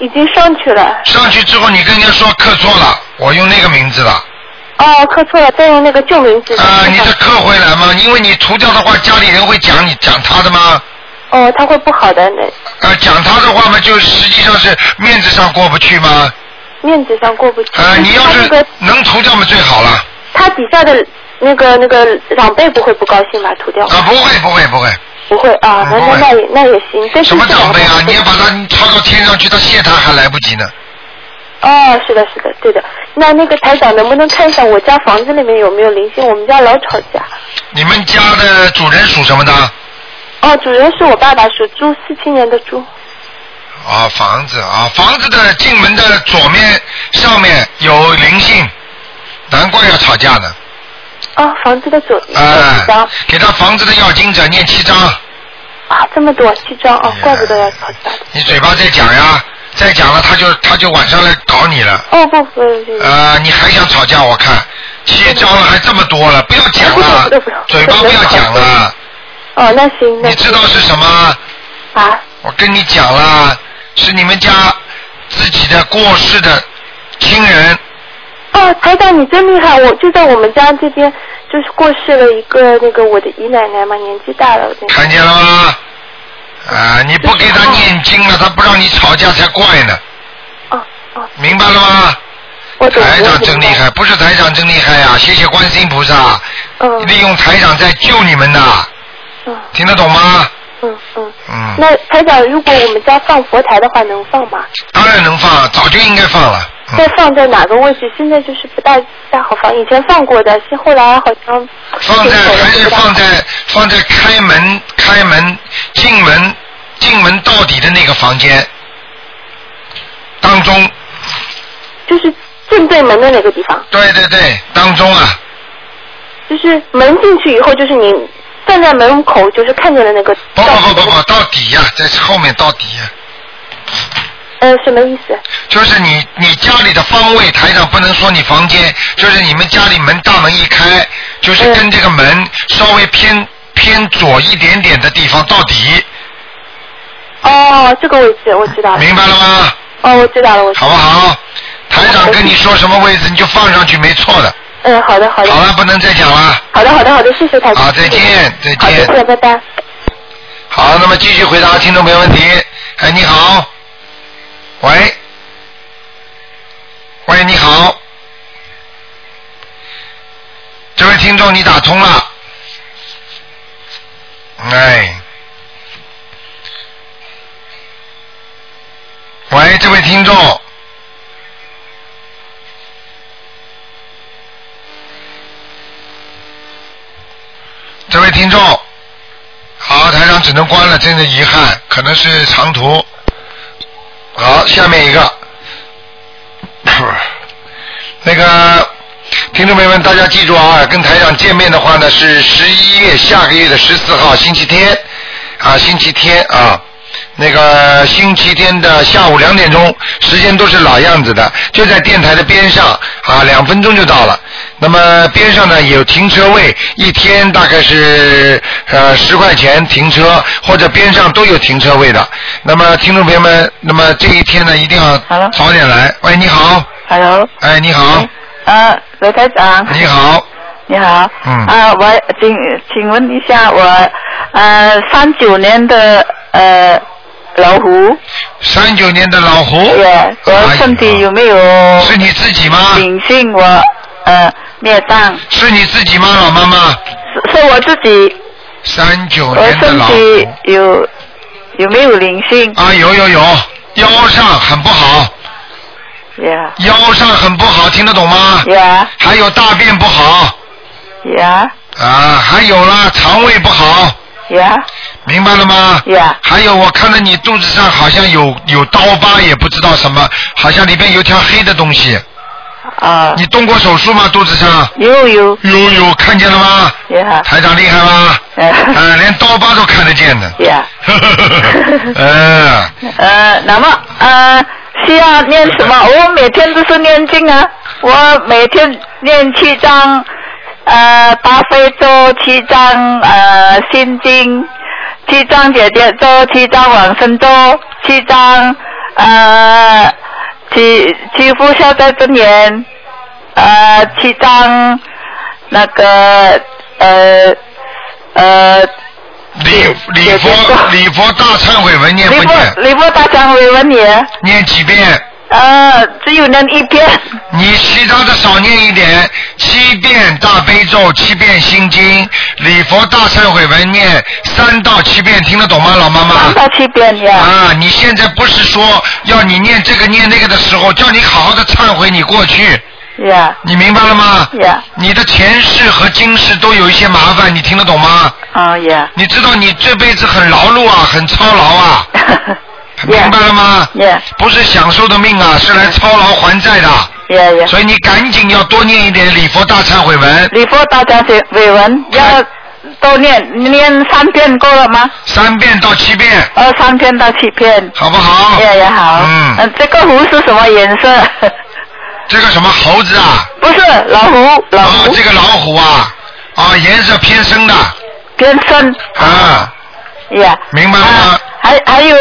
S10: 已经上去了。
S1: 上去之后你跟人家说刻错了，我用那个名字了。
S10: 哦，刻错了，再用那个旧名字。
S1: 啊，你再刻回来嘛，因为你涂掉的话，家里人会讲你讲他的吗？
S10: 哦，他会不好的，那
S1: 啊，讲他的话嘛，就实际上是面子上过不去吗？
S10: 面子上过不去。
S1: 啊，你要是能涂掉嘛最好了。
S10: 他底下的那个那个长辈不会不高兴吧？涂掉。
S1: 啊，不会不会不会，
S10: 不会啊，那那那也那也行，但是
S1: 什么长辈啊？你要把他抄到天上去，他谢他还来不及呢。
S10: 哦，是的，是的，对的。那那个台长能不能看一下我家房子里面有没有灵性？我们家老吵架。
S1: 你们家的主人属什么的？
S10: 哦，主人是我爸爸，属猪，四七年的猪。
S1: 啊，房子啊，房子的进门的左面上面有灵性，难怪要吵架呢。
S10: 哦，房子的左
S1: 啊，给他房子的要经者念七章，
S10: 啊，这么多七张
S1: 哎
S10: 哦，怪不得要吵架。
S1: 你嘴巴再讲呀，啊再讲了他就他就晚上来搞你了。
S10: 哦不不不，
S1: 啊，你还想吵架？我看七章了还这么多了，不要讲了，嘴巴不要讲了。
S10: 哦，那行，
S1: 你知道是什么？
S10: 啊？
S1: 我跟你讲了，是你们家自己的过世的亲人。
S10: 哦，台长你真厉害，我就在我们家这边，就是过世了一个那个我的姨奶奶嘛，年纪大了。那个
S1: 看见了吗？啊，你不给他念经了，他不让你吵架才怪呢。
S10: 哦
S1: 明白了吗？台长真厉害，不是台长真厉害呀、谢谢观世音菩萨，
S10: 嗯
S1: 利用台长在救你们呐。听得懂吗？嗯
S10: 那台长，如果我们家放佛台的话，能放吗？
S1: 当然能放，早就应该放了。
S10: 那放在哪个位置？现在就是不大大好放，以前放过的，是后来好像
S1: 放在还是放在放在开门开门进门进门到底的那个房间当中。
S10: 就是正对门的那个地方，
S1: 对对对，当中啊，
S10: 就是门进去以后，就是你站在门口，
S1: 哦
S10: 就是看见了那个
S1: 不不不不不，到底呀、在后面到底呀、
S10: 呃，什么意思？
S1: 就是你你家里的方位，台上不能说你房间，就是你们家里门大门一开，就是跟这个门稍微偏偏左一点点的地方到底，
S10: 哦，这个位置我知道了。
S1: 明白了吗？
S10: 哦，我知道了，我知道
S1: 好不好？台长跟你说什么位置，你就放上去，没错的。
S10: 嗯，好的，好的。
S1: 好了，不能再讲了。
S10: 好的，好的，好的，谢谢台长。
S1: 好，再见，再
S10: 好，
S1: 见
S10: 谢。谢，拜拜。
S1: 好，那么继续回答听众朋友问题。哎，你好，喂，喂，你好，这位听众你打通了，哎，喂，这位听众，这位听众，好，台长只能关了，真的遗憾，可能是长途。好，下面一个， 那个听众朋友们，大家记住啊，跟台长见面的话呢是十一月下个月的十四号星期天啊，星期天啊。那个星期天的下午两点钟，时间都是老样子的，就在电台的边上啊，两分钟就到了。那么边上呢有停车位，一天大概是呃十块钱停车，或者边上都有停车位的。那么听众朋友们，那么这一天呢一定要早点来。喂，你好，
S3: Hello，
S1: 哎，你好，
S3: 呃，罗台长，
S1: 你好，
S3: 你好，
S1: 嗯
S3: 啊、我请请问一下，我呃三九年的呃老虎，
S1: 三九年的老虎，哎
S3: 对，我身体有没有？
S1: 是你自己吗？
S3: 灵性我呃孽障，
S1: 是你自己吗，老妈妈？
S3: 是是我自己，
S1: 三九
S3: 我
S1: 年的
S3: 身
S1: 老虎。
S3: 体有有没有灵性？
S1: 啊，有有有，腰上很不好，
S3: 呀
S1: 腰上很不好，听得懂吗？
S3: 呀
S1: 还有大便不好
S3: 呀
S1: 啊，还有啦，肠胃不好，
S3: 呀
S1: 明白了吗？
S3: 呀
S1: 还有，我看到你肚子上好像有有刀疤，也不知道什么，好像里边有条黑的东西。
S3: 啊，
S1: 你动过手术吗？肚子上？
S3: 有有
S1: 有有，看见了吗？
S3: 呀
S1: 台长厉害吗？
S3: 呃
S1: 啊，连刀疤都看得见的。
S3: 呀。
S1: 嗯，
S3: 呃，那么呃，需要念什么？我每天都是念经啊，我每天念七章，呃，大悲咒七章，呃，心经七章姐姐咒，七章往生咒，七章呃，七七福消灾真言，呃，七章那个呃呃。
S1: 礼礼 佛礼佛大忏悔文念
S3: 李
S1: 不
S3: 波
S1: 念？
S3: 李波大张伟文你，
S1: 念几遍？
S3: 呃，只有念一遍，
S1: 你其他的少念一点，七遍大悲咒，七遍心经，礼佛大忏悔文念三到七遍，听得懂吗，老妈妈
S3: 三？到七遍呀。
S1: 啊，你现在不是说要你念这个念那个的时候，叫你好好的忏悔你过去，
S3: 呀
S1: 你明白了吗？
S3: 呀，
S1: 你的前世和今世都有一些麻烦，你听得懂吗？
S3: 哦呀，
S1: 你知道你这辈子很劳碌啊，很操劳 啊， 明白了吗？
S3: 呀
S1: 不是享受的命啊，是来操劳还债的。
S3: 呀呀，
S1: 所以你赶紧要多念一点礼佛大忏悔文，
S3: 李波大张伟伟文要都念念三遍够了吗？
S1: 三遍到七遍，
S3: 呃，三遍到七遍。
S1: 好不好？
S3: 呀呀好，
S1: 嗯
S3: 呃这个湖是什么颜色？
S1: 这个什么猴子啊？
S3: 不是老虎，老
S1: 啊，
S3: 虎
S1: 这个老虎啊，啊，颜色偏深的
S3: 变身
S1: 啊，
S3: 呀。
S1: 明白了吗
S3: 啊？，还还有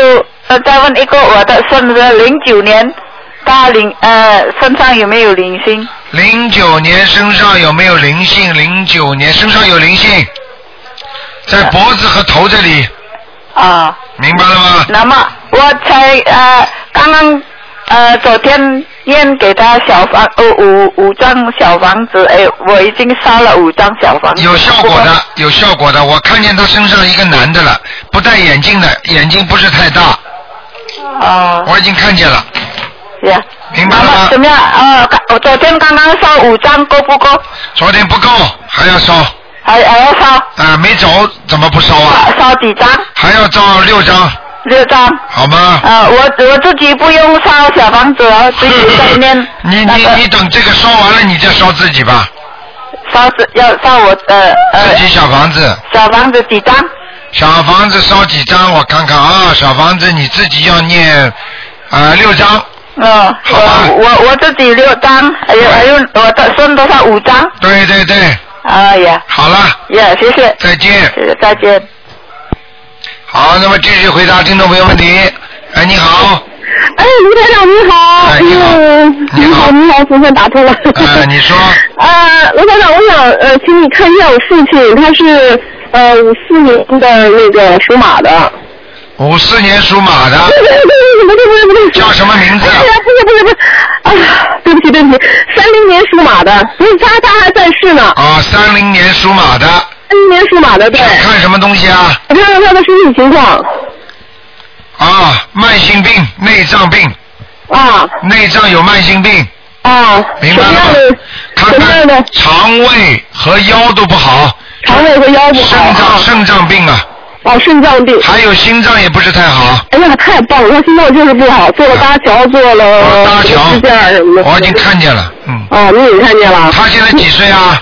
S3: 呃，再问一个我的生日零九年，大灵呃身上有没有灵性？
S1: 零九年身上有没有灵性？零九年身上有灵性，在脖子和头这里，
S3: 啊，
S1: 明白了吗？
S3: 那么我才呃刚刚呃昨天念给他小房呃五五张小房子，哎，我已经烧了五张小房子。
S1: 有效果的，有效果的。我看见他身上一个男的了，不戴眼镜的，眼睛不是太大，
S3: 啊，
S1: 我已经看见了，
S3: 呀，
S1: 明白
S3: 那
S1: 了
S3: 么
S1: 吗
S3: 怎？么样？呃，刚我昨天刚刚烧五张，够不够？
S1: 昨天不够，还要烧啊、
S3: 还还要烧
S1: 没走怎么不烧啊？
S3: 烧烧几张？
S1: 还要照六张，
S3: 六张。
S1: 好吗？
S3: 呃，我我自己不用烧小房子哦，自己在 念
S1: 你
S3: 那
S1: 你你
S3: 个
S1: 等这个烧完了，你再烧自己吧，
S3: 烧纸要烧我呃
S1: 自
S3: 呃
S1: 己小房子，
S3: 小房子几张？
S1: 小房子烧几张？我看看啊，小房子你自己要念啊、啊，六张。
S3: 嗯，我我我自己六张，还有还有我的剩多少五张？
S1: 对对对。
S3: 哎呀，
S1: 好了。
S3: 呀，谢谢。
S1: 再见。
S3: 谢谢，再见。
S1: 好，那么继续回答听众朋友问题。哎，你好，
S5: 哎，卢台长你好，哎
S1: 你好，
S5: 你好，你好，总算打通了。
S1: 呃，你说，
S5: 呃，卢台长，我想呃，请你看一下我父亲，他是呃五四年的那个属马的。
S1: 啊 五四年属马的，
S5: 对对对不对不对不对，
S1: 叫什么名字？
S5: 哎呀，不是不是不是，啊，对不起对不起，三零年属马的，不是他他还在世呢，
S1: 啊，三零年属马的，
S5: 三零年属马的，对，
S1: 看什么东西啊？
S5: 看看他的身体情况。
S1: 啊，慢性病，内脏病。
S5: 啊。
S1: 内脏有慢性病。
S5: 啊。
S1: 明白了吗。看看肠胃和腰都不好。
S5: 肠胃和腰不好
S1: 肾
S5: 啊
S1: 脏肾脏病啊。
S5: 哦，肾脏病。
S1: 还有心脏也不是太好。
S5: 哎呀，太棒了！他心脏就是不好，做了搭桥，做了
S1: 哦搭桥哦
S5: 支架什么的。
S1: 我已经看见了，嗯。
S5: 哦，你也看见了。
S1: 他现在几岁啊？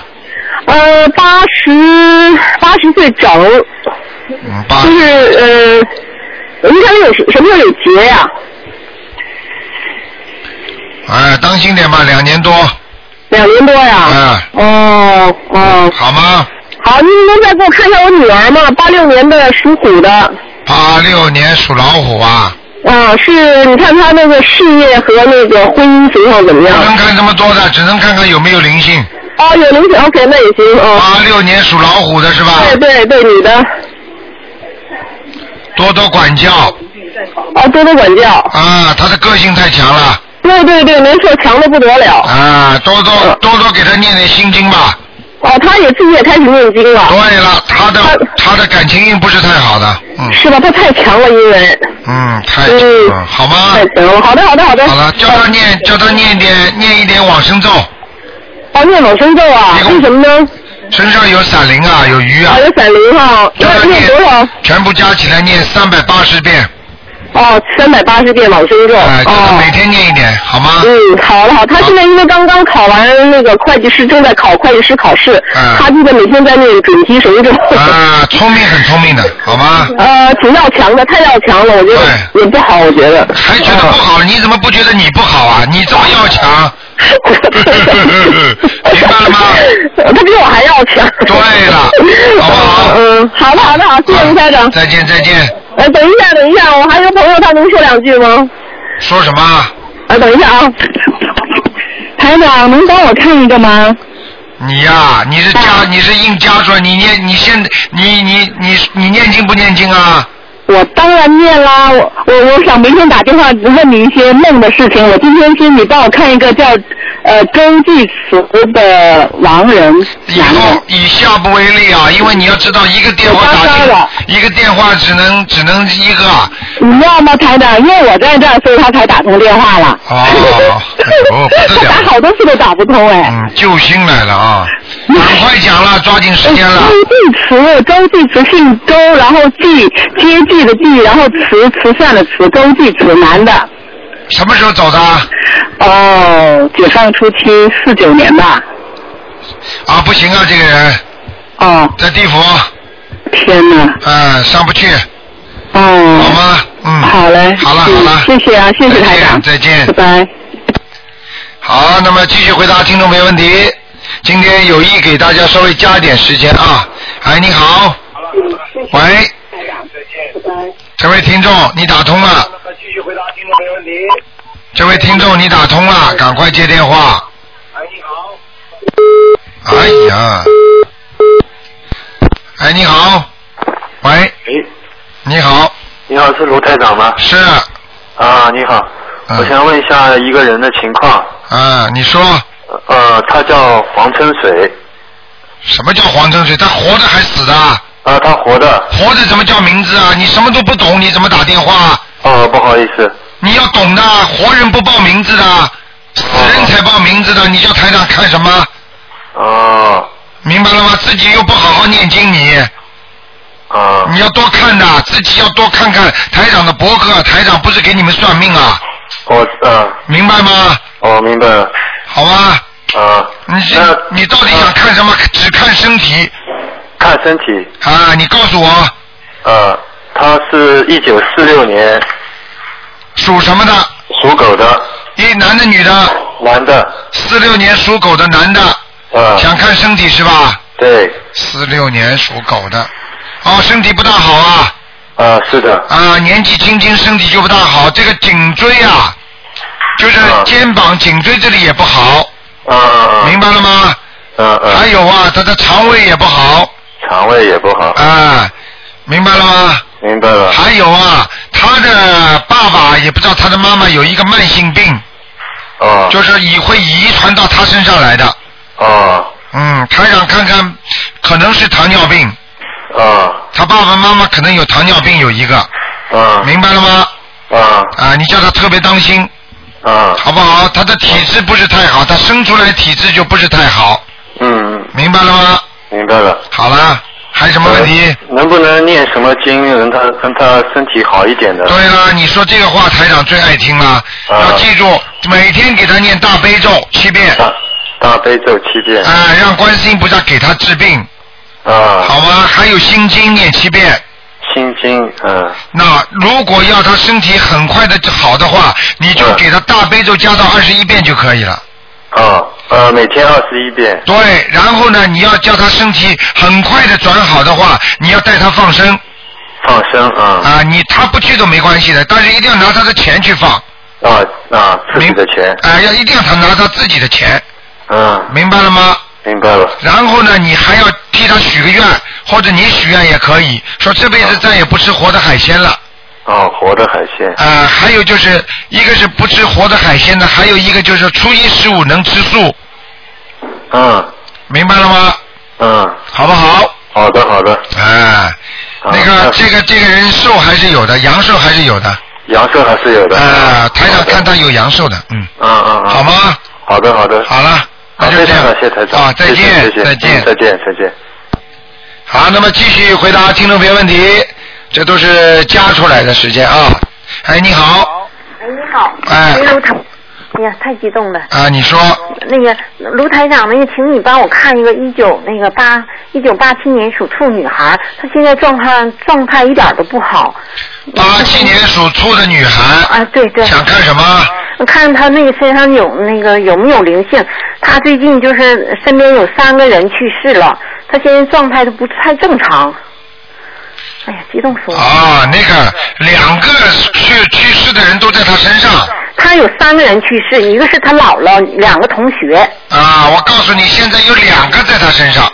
S5: 呃，八十八十岁整，
S1: 嗯八
S5: 就是呃，您看有什什么时候有结呀、
S1: 哎，当心点吧，两年多。
S5: 两年多呀。
S1: 啊。
S5: 哦哦。
S1: 嗯好吗？
S5: 好，您能再给我看一下我女儿吗？八六年的属虎的，啊、
S1: 八六年属老虎啊，
S5: 是你看她那个事业和那个婚姻情况怎么样？
S1: 不能看这么多的，只能看看有没有灵性。
S5: 哦，有灵性，OK，那也行，哦。
S1: 八六年属老虎啊的是吧？
S5: 对对对，女的，
S1: 多多管教。
S5: 哦，多多管教。
S1: 啊，他的个性太强了。
S5: 对对对，没错，强的不得了。
S1: 啊，多多
S5: 嗯
S1: 多多给他念念心经吧。
S5: 哦，她也自己也开始念经了。
S1: 对了，他的他的感情运不是太好的，嗯
S5: 是吧？她太强了，因为。
S1: 嗯，太
S5: 嗯
S1: 嗯好吗？
S5: 太强了，好的好的好嗯的。
S1: 好了，叫他念叫他念一点念一点往生咒，哎
S5: 哦，念往生咒啊？为什么呢？
S1: 身上有闪灵啊，有鱼啊
S5: 啊，，有闪灵哈，
S1: 叫他
S5: 那念多少？
S1: 全部加起来念三百八十遍，
S5: 哦，三百八十遍往生咒。
S1: 哎，叫他
S5: 哦。
S1: 每天念一点，好吗？
S5: 嗯，好了好，他现在因为刚刚考完那个会计师，正在考会计师考试，他就在每天在念准提神咒。
S1: 嗯啊，聪明很聪明的，好吗？
S5: 呃，挺要强的，太要强了，我觉得也不好，我觉得。
S1: 还觉得不好，你怎么不觉得你不好啊？你这么 要强， 明白了吗？
S5: 他比我还要强。
S1: 对 了，
S5: 好不好？嗯，好的好的好，谢谢吴台长。
S1: 再见再见，
S5: 哎，等一下等一下，我还有朋友，他能说两句吗？
S1: 说什么？
S5: 啊，等一下啊，台长，能帮我看一个吗？
S1: 你呀、你是加，你是硬加出来，你念，你现，你你你你念经不念经啊？
S5: 我当然念啦，我我我想明天打电话问你一些梦的事情。我今天是你帮我看一个叫呃周继慈的亡人，
S1: 以后以下不为例啊，因为你要知道，一个电话打进，一个电话只能只能一个啊。
S5: 你知道吗，台长？因为我在这儿，所以他才打通电话了。
S1: 哦，哦，不得
S5: 他
S1: 了，
S5: 打好多次都打不通哎。
S1: 嗯，救星来了啊！赶快讲了，抓紧嗯时间了。
S5: 哎周继慈，周继慈姓周，然后继接济的继，然后慈慈善的慈，周继慈，男的。
S1: 什么时候走的？
S5: 哦，解放初期四九年吧。
S1: 啊，不行啊，这个人。
S5: 哦。
S1: 在地府。
S5: 天哪。
S1: 嗯，上不去。
S5: 哦。
S1: 好吗？嗯。
S5: 好嘞。
S1: 好了好了。
S5: 谢谢啊，谢谢台长。
S1: 再见。
S5: 拜拜。
S1: 好，那么继续回答听众朋友问题。今天有意给大家稍微加一点时间啊。哎，你好，喂，这位听众，你打通了。这位听众，你打通了，赶快接电话。哎，你好。哎呀，哎，你好，喂，
S11: 哎，
S1: 你好，
S11: 你好，是卢台长吗？
S1: 是。嗯
S11: 啊，你好，我想问一下一个人的情况。
S1: 啊，你说
S11: 呃，他叫黄春水，
S1: 什么叫黄正水？他活着还死的？
S11: 啊，他活的。
S1: 活着怎么叫名字啊？你什么都不懂，你怎么打电话啊？
S11: 哦，不好意思，
S1: 你要懂的，活人不报名字的，死人才报名字的，你叫台长看什么？
S11: 哦。
S1: 明白了吗？自己又不好好念经，你。
S11: 啊。
S1: 你要多看的，自己要多看看台长的博客，台长不是给你们算命啊，
S11: 我嗯。
S1: 明白吗？
S11: 哦，明白了。
S1: 好吧？
S11: 啊。
S1: 你是你到底想看什么？只看身体
S11: 看身体。
S1: 啊？你告诉我
S7: 啊
S11: 呃，他是一九四六年
S1: 属什么的？
S7: 属狗的。
S1: 一男的女的？
S7: 男的。
S1: 四六年属狗的男的。
S7: 嗯。
S1: 想看身体是吧？
S7: 对。
S1: 四六年属狗的，哦，身体不大好啊。
S7: 啊，是的。
S1: 啊，年纪轻轻身体就不大好，这个颈椎啊，就是肩膀、颈椎这里也不好。
S7: 啊。
S1: 明白了吗？
S7: 嗯嗯。
S1: 还有啊，他的肠胃也不好。
S7: 肠胃哎也不好。
S1: 啊，明白了吗？
S7: 明白了。
S1: 还有啊，他的爸爸也不知道他的妈妈有一个慢性病，
S7: 哦。
S1: 就是也会遗传到他身上来的。
S7: 哦。
S1: 嗯，台长看看，可能是糖尿病。
S7: 啊
S1: 他爸爸妈妈可能有糖尿病，有一个，
S7: 啊
S1: 明白了吗？
S7: 啊
S1: 啊，你叫他特别当心，
S7: 啊。
S1: 好不好？他的体质不是太好，他生出来体质就不是太好，
S7: 嗯，
S1: 明白了吗？
S7: 明白了。
S1: 好了，还有什么问题？
S7: 呃能不能念什么经，让他让他身体好一点的？
S1: 对了，你说这个话台长最爱听了，
S7: 啊
S1: 要记住每天给他念大悲咒七遍，啊、
S7: 大悲咒七遍。
S1: 让观世音菩萨给他治病，
S7: 啊。
S1: 好吗？还有心经念七遍。
S7: 心经，嗯，
S1: 那如果要他身体很快的好的话，你就给他大悲咒加到二十一遍就可以了。
S7: 啊，呃，每天二十一遍。
S1: 对，然后呢，你要叫他身体很快的转好的话，你要带他放生
S7: 放生啊。
S1: 啊，你他不去都没关系的，但是一定要拿他的钱去放，
S7: 啊啊，自己的钱。
S1: 啊，要一定要他拿他自己的钱，
S7: 嗯，
S1: 明白了吗？
S7: 明白了。
S1: 然后呢，你还要替他许个愿，或者你许愿也可以，说这辈子再也不吃活的海鲜了。
S7: 哦，活的海鲜。
S1: 啊，还有就是一个是不吃活的海鲜的，还有一个就是初一十五能吃素，
S7: 嗯
S1: 明白了吗？
S7: 嗯，
S1: 好不好？
S7: 好的好的。
S1: 啊，那个这个这个人寿还是有的，阳寿还是有的。
S7: 阳寿还是有的。
S1: 啊，台长看他有阳寿的，嗯，
S7: 嗯嗯嗯。
S1: 好吗？
S7: 好的好的。
S1: 好了，
S7: 那就这样。非常感谢台长。
S1: 啊再见
S7: 谢谢谢谢
S1: 再见
S7: 嗯再见再见。
S1: 好，那么继续回答听众朋友问题，这都是加出来的时间啊。哎，你好，
S12: 哎，你好。
S1: 哎
S12: 卢台，哎呀，太激动了。
S1: 啊，你说
S12: 那个卢台长，那个，请你帮我看一个一九那个八一九八七年属兔女孩，她现在状态状态一点儿都不好。
S1: 八七年属兔的女孩
S12: 啊，对对。
S1: 想看什么？
S12: 看她那个身上有那个有没有灵性？她最近就是身边有三个人去世了，她现在状态都不太正常。哎呀，激动死我了！
S1: 啊，那个两个去去世的人都在他身上
S12: 她有三个人去世，一个是她姥姥，两个同学，
S1: 啊，我告诉你，现在有两个在他身上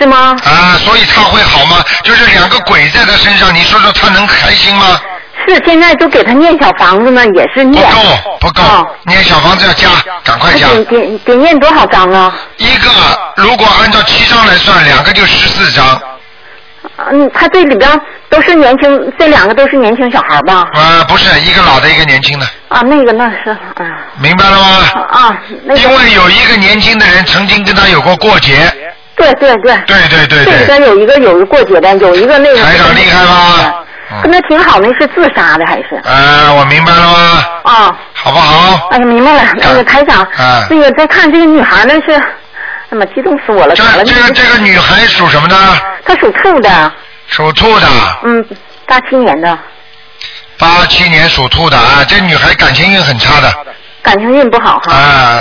S12: 是吗？
S1: 啊，所以他会好吗？就是两个鬼在他身上，你说说他能开心吗？
S12: 是，现在都给他念小房子呢，也是念。不够，
S1: 哦不够。
S12: 哦
S1: 念小房子要加，赶快加。
S12: 得得得念多少张啊？
S1: 一个如果按照七张来算，两个就十四张。
S12: 嗯，他这里边都是年轻，这两个都是年轻小孩吧？
S1: 啊，不是一个老的，一个年轻的，
S12: 啊，那个那是，啊
S1: 明白了吗？
S12: 啊，那个。
S1: 因为有一个年轻的人曾经跟他有过过节，
S12: 对对对。
S1: 对对
S12: 这里
S1: 对对，
S12: 边有一个有一个过节的，有一个那个。台长厉
S1: 害吧？嗯
S12: 跟他挺好，那是自杀的还是？
S1: 啊，我明白了吗？
S12: 啊。
S1: 好不好？
S12: 哎呀，明白了，那个台长，
S1: 啊
S12: 那个再看这个女孩那是，哎妈，激动死我了，
S1: 这
S12: 咋了？
S1: 这个这个女孩属什么呢？
S12: 她属兔的，
S1: 属兔的，
S12: 嗯，八七年的，
S1: 八七年属兔的啊，这女孩感情运很差的，
S12: 感情运不好哈。
S1: 啊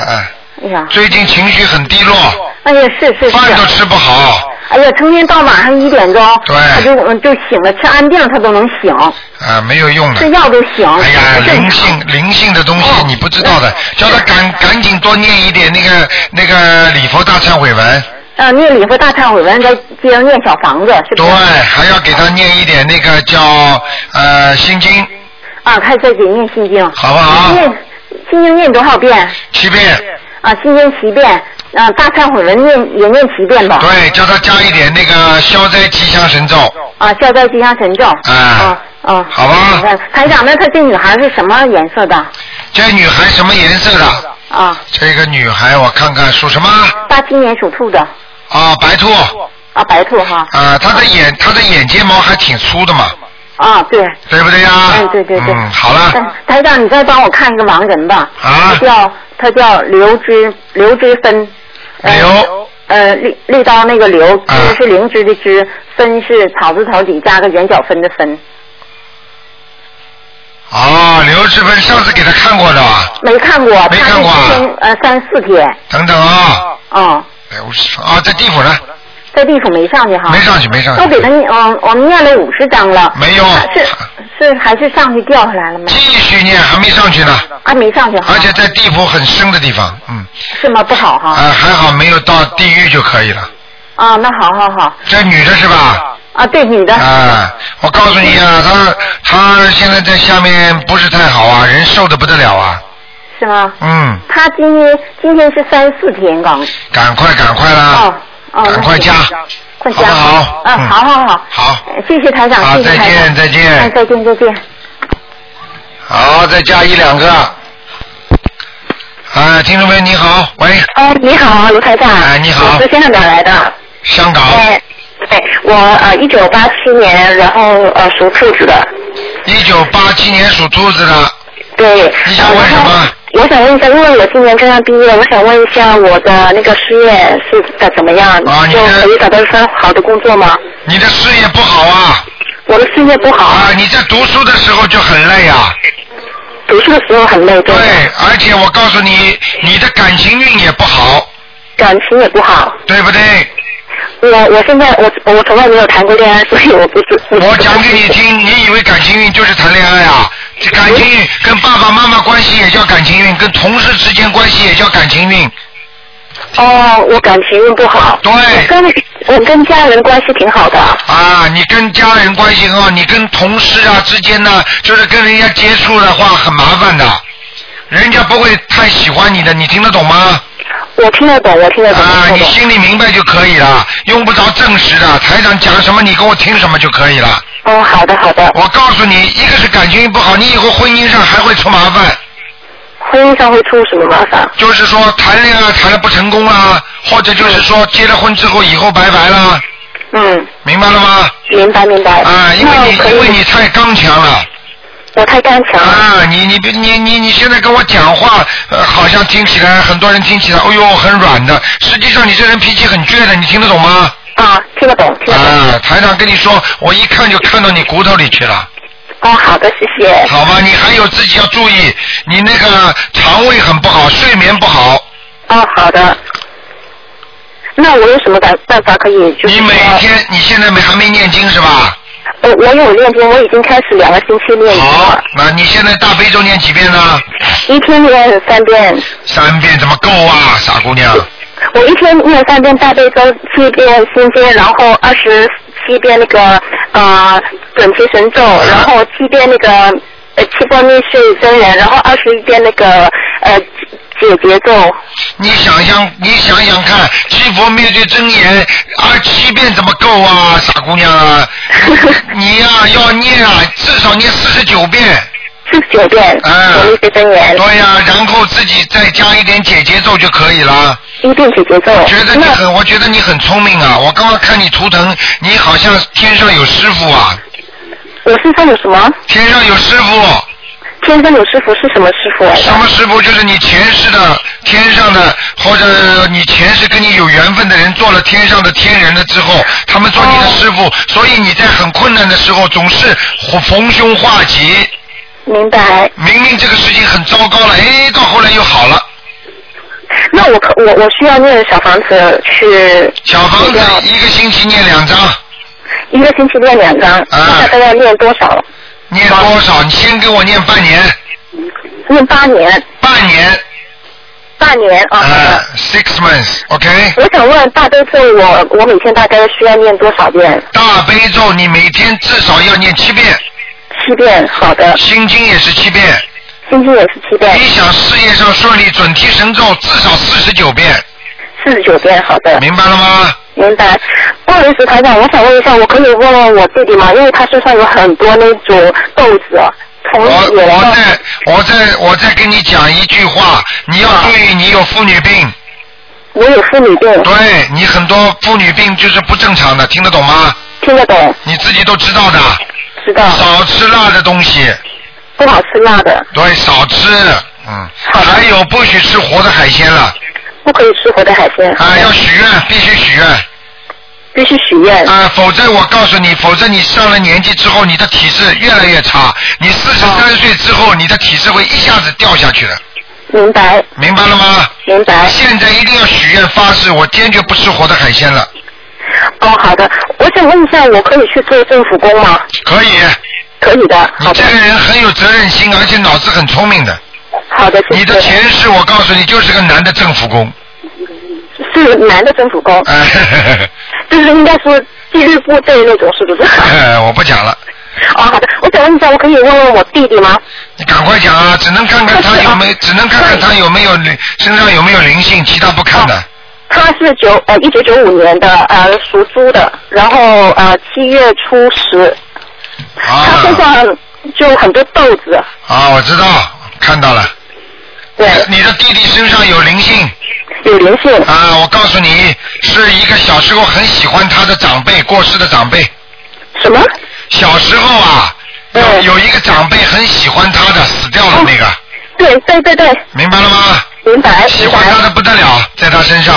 S1: 啊，
S12: 哎呀，
S1: 最近情绪很低落，
S12: 哎呀，是是是。
S1: 饭都吃不好，
S12: 哎呀，成天到晚上一点钟，
S1: 对
S12: 他就嗯就醒了，吃安定他都能醒，
S1: 啊，没有用的
S12: 吃。药都醒。
S1: 哎呀，灵性灵性的东西你不知道的，叫他赶赶紧多念一点那个那个礼佛大忏悔文，
S12: 啊，念礼佛大忏悔文，再接着念小房子，是不
S1: 对
S12: 是？，
S1: 还要给他念一点那个叫呃心经
S12: 啊，开始再给念心经。啊
S1: 好不好
S12: 念心经念多少遍？
S1: 七遍，
S12: 啊，心经七遍，啊，大忏悔文念也念七遍吧。
S1: 对，叫他加一点那个消灾吉祥神咒，
S12: 啊，消灾吉祥神咒。
S1: 啊，
S12: 啊，
S1: 好吧。
S12: 台长，那她这女孩是什么颜色的？
S1: 这女孩什么颜色的？
S12: 啊，
S1: 这个女孩我看看属什么？
S12: 八七年属兔的。
S1: 啊，白兔。
S12: 啊，白兔哈。
S1: 啊，她的眼她的眼睫毛还挺粗的嘛，
S12: 啊，对。
S1: 对不对呀？
S12: 嗯，对对对。
S1: 嗯，好了。
S12: 嗯台长，你再帮我看一个盲人吧。
S1: 啊。
S12: 他叫他叫刘之刘之芬。
S1: 刘。
S12: 呃，立立刀那个刘，
S1: 啊
S12: 枝是灵芝的枝，芬是草字头底加个圆角分的分。
S1: 哦，刘志芬上次给他看过的吧？
S12: 没看过，
S1: 没
S12: 看
S1: 过啊
S12: 呃，三四天，
S1: 等等啊，
S12: 哦，
S1: 刘志芬啊，在地府呢，
S12: 在地府没上去哈，
S1: 没上去没上去
S12: 都给他念，嗯，我们念了五十章了，
S1: 没用
S12: 是是还是上去掉下来了吗？
S1: 继续念还没上去呢，
S12: 啊，没上去哈，
S1: 而且在地府很深的地方，嗯，
S12: 是吗？不好哈，
S1: 啊，还好没有到地狱就可以了。
S12: 啊，那好好好，
S1: 这女的是吧？
S12: 啊，对，女的，
S1: 啊，我告诉你啊，她她现在在下面不是太好啊，人瘦的不得了啊，
S12: 是吗？
S1: 嗯，
S12: 他今天今天是三四天刚，
S1: 赶快赶快啦，
S12: 哦，
S1: 赶快加，
S12: 快加，好嗯，好好好，
S1: 好，
S12: 谢谢台长，
S1: 好
S12: 谢谢台长，
S1: 再见再见
S12: 哎再见再见，
S1: 好，再加一两个。啊，听众朋友你好，喂，
S5: 哎，你好，卢台长。
S1: 哎你好
S5: 我是香港来的。
S1: 香港。
S5: 哎，对，我呃，一九八七年，然后呃，属兔子的。
S1: 一九八七年属兔子的。
S5: 对。呃
S1: 你想问什么？
S5: 我想问一下，因为我今年刚刚毕业，我想问一下我的那个事业是的怎么样？啊，就可以找到一份好的工作吗？
S1: 你的事业不好啊。
S5: 我的事业不好。
S1: 啊，你在读书的时候就很累啊。
S5: 读书的时候很累，
S1: 对。而且我告诉你，你的感情运也不好。
S5: 感情也不好。
S1: 对不对？
S5: 我我现在我我从来没有谈过恋爱， 所以我不是。
S1: 我讲给你听，你以为感情运就是谈恋爱 啊？这感情运跟爸爸妈妈关系也叫感情运，跟同事之间关系也叫感情运。
S5: 哦，我感情运不好。
S1: 对。我
S5: 跟我跟家人关系挺好的。
S1: 啊，你跟家人关系很好，你跟同事啊之间呢，就是跟人家接触的话很麻烦的，人家不会太喜欢你的，你听得懂吗？
S5: 我听得懂，我听得
S1: 懂。啊，你心里明白就可以了，用不着证实的，台长讲什么你跟我听什么就可以了。
S5: 哦，好的好的。
S1: 我告诉你，一个是感情不好，你以后婚姻上还会出麻烦。
S5: 婚姻上会出什么麻烦？
S1: 就是说谈恋爱谈的不成功啦，或者就是说结了婚之后以后拜拜啦。
S5: 嗯。
S1: 明白了吗？
S5: 明白明白。
S1: 啊，因为你因为你太刚强了。
S5: 我太刚强
S1: 了。啊，你你别你你你现在跟我讲话，呃，好像听起来很多人听起来，哎呦，很软的。实际上你这人脾气很倔的，你听得懂吗？
S5: 啊，听得懂，
S1: 听得懂。啊，台长跟你说，我一看就看到你骨头里去了。
S5: 哦，好的，谢谢。
S1: 好吧，你还有自己要注意，你那个肠胃很不好，睡眠不好。
S5: 哦，好的。那我有什么办办法可以就是？
S1: 你每天，你现在没还没念经是吧？
S5: 我呃我有念经，我已经开始两个星期念经了，
S1: 那啊你现在大悲咒念几遍呢？
S5: 一天念三遍，
S1: 三遍怎么够啊，傻姑娘？
S5: 我一天念三遍大悲咒，七遍心经，然后二十七遍那个呃准提神咒，
S1: 啊
S5: 然后七遍那个呃七波密室真言，然后二十一遍那个呃解结咒。
S1: 你想想，你想想看，七佛灭罪真言二七遍怎么够啊，傻姑娘啊？你呀、要念啊，至少念四十九遍。
S5: 四十九遍。
S1: 嗯。
S5: 真言。
S1: 对呀、然后自己再加一点解结咒就可以了。
S5: 一遍解结咒。
S1: 我觉得你很，我觉得你很聪明啊！我刚刚看你图腾，你好像天上有师傅啊。
S5: 我身上有什么？
S1: 天上有师傅。
S5: 天上有师傅是什么师傅来啊
S1: 什么师傅？就是你前世的天上的，或者你前世跟你有缘分的人做了天上的天人了之后，他们做你的师
S5: 哦
S1: 傅，所以你在很困难的时候总是逢凶化吉。
S5: 明白。
S1: 明明这个事情很糟糕了，哎，到后来又好了。
S5: 那我可我我需要念小房子去。
S1: 小房子一个星期念两张。啊
S5: 一个星期念两张，那大概要念多少？
S1: 念多少？你先给我念半年。
S5: 念八年。
S1: 半年。
S5: 半年啊。
S1: 啊，six months，OK、
S5: 我想问大悲咒我，我每天大概需要念多少遍？
S1: 大悲咒你每天至少要念七遍。
S5: 七遍，好的。
S1: 心经也是七遍。
S5: 心经也是七遍。
S1: 你想事业上顺利，准提神咒至少四十九遍。
S5: 四十九遍，好的。
S1: 明白了吗？
S5: 明白。不好意思，台长，我想问一下，我可以问问我弟弟吗？因为他身上有很多那种豆子啊，从
S1: 我我再我再我再跟你讲一句话，你要注意，你有妇女病。
S5: 啊我有妇女病。
S1: 对你很多妇女病就是不正常的，听得懂吗？
S5: 听得懂。
S1: 你自己都知道的。
S5: 知道。
S1: 少吃辣的东西。
S5: 不好吃辣的。
S1: 对，少吃，嗯。还有不许吃活的海鲜了。
S5: 不可以吃活的海鲜。
S1: 啊，要许愿，必须许愿。
S5: 必须许愿。
S1: 啊、否则我告诉你，否则你上了年纪之后，你的体质越来越差。你四十三岁之后，你的体质会一下子掉下去的。
S5: 明白。
S1: 明白了吗？
S5: 明白。
S1: 现在一定要许愿发誓，我坚决不吃活的海鲜了。
S5: 哦，好的，我想问一下，我可以去做政府工吗？
S1: 可以。
S5: 可以的。
S1: 你这个人很有责任心，而且脑子很聪明的。
S5: 好的，
S1: 你的前世我告诉你，就是个男的政府工。
S5: 是男的政府工，
S1: 哎
S5: 就是应该说纪律部队那种，是 不是？
S1: 我不讲了，
S5: 哦，好的，我想问一下，我可以问问我弟弟吗？
S1: 你赶快讲啊！只能看看他有没，只能看看他有没有灵身上有没有灵性，其他不看的。
S5: 他是九呃一九九五年的呃属猪的，然后呃七月初十，他身上就很多痘子，
S1: 啊，我知道，看到了。
S5: 对。
S1: 你的弟弟身上有灵性。
S5: 有灵性。
S1: 啊，我告诉你，是一个小时候很喜欢他的长辈，过世的长辈。
S5: 什么？嗯
S1: 小时候啊，有有一个长辈很喜欢他的，死掉
S5: 哦
S1: 了那个，
S5: 对对对对，
S1: 明白了吗？
S5: 明白。
S1: 喜欢他的不得了，在他身上。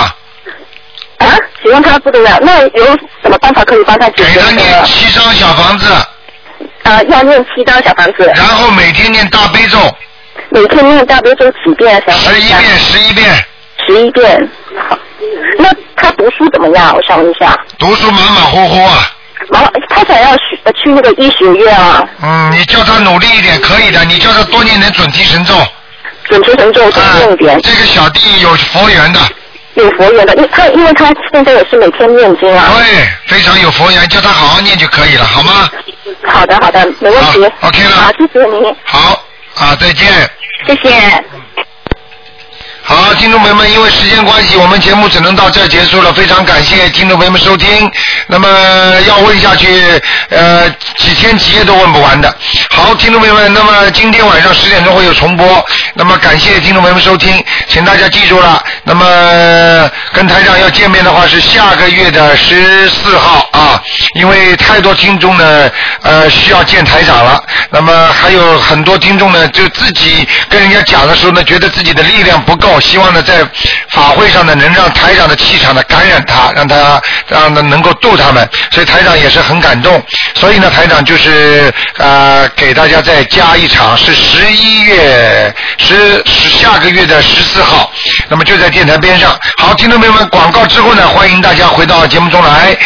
S5: 啊，喜欢他不得了，那有什么办法可以帮他解决？给他念
S1: 七张小房子。
S5: 呃，要念七张小房子。
S1: 然后每天念大悲咒。
S5: 每天念大悲咒几遍？啊
S1: 十一遍，十一遍。
S5: 十一遍。好，那他读书怎么样？我想问一下。
S1: 读书马马虎虎啊。
S5: 马马，他想要去呃去那个医学院啊，
S1: 嗯，你叫他努力一点可以的，你叫他多念点准提神咒。啊
S5: 准提神咒多念一点。
S1: 这个小弟有佛缘的，
S5: 有佛缘的，因他因为他现在也是每天念经啊。
S1: 对，非常有佛缘，叫他好好念就可以了，好吗？
S5: 好的，好的，没问题。
S1: OK 了。
S5: 好，谢谢您，
S1: 好啊，再见。
S5: 谢谢。
S1: 好，听众朋友们，因为时间关系，我们节目只能到这儿结束了。非常感谢听众朋友们收听。那么要问下去，呃，几天几夜都问不完的。好，听众朋友们，那么今天晚上十点钟会有重播。那么感谢听众朋友们收听，请大家记住了。那么跟台长要见面的话是下个月的十四号啊，因为太多听众呢，呃，需要见台长了。那么还有很多听众呢，就自己跟人家讲的时候呢，觉得自己的力量不够，希望呢在法会上呢能让台长的气场呢感染他，让他让他能够度他们。所以台长也是很感动。所以呢，台长就是呃给大家再加一场，是十一月十十下个月的十四号，那么就在电台边上。好，听众朋友们，广告之后呢，欢迎大家回到节目中来。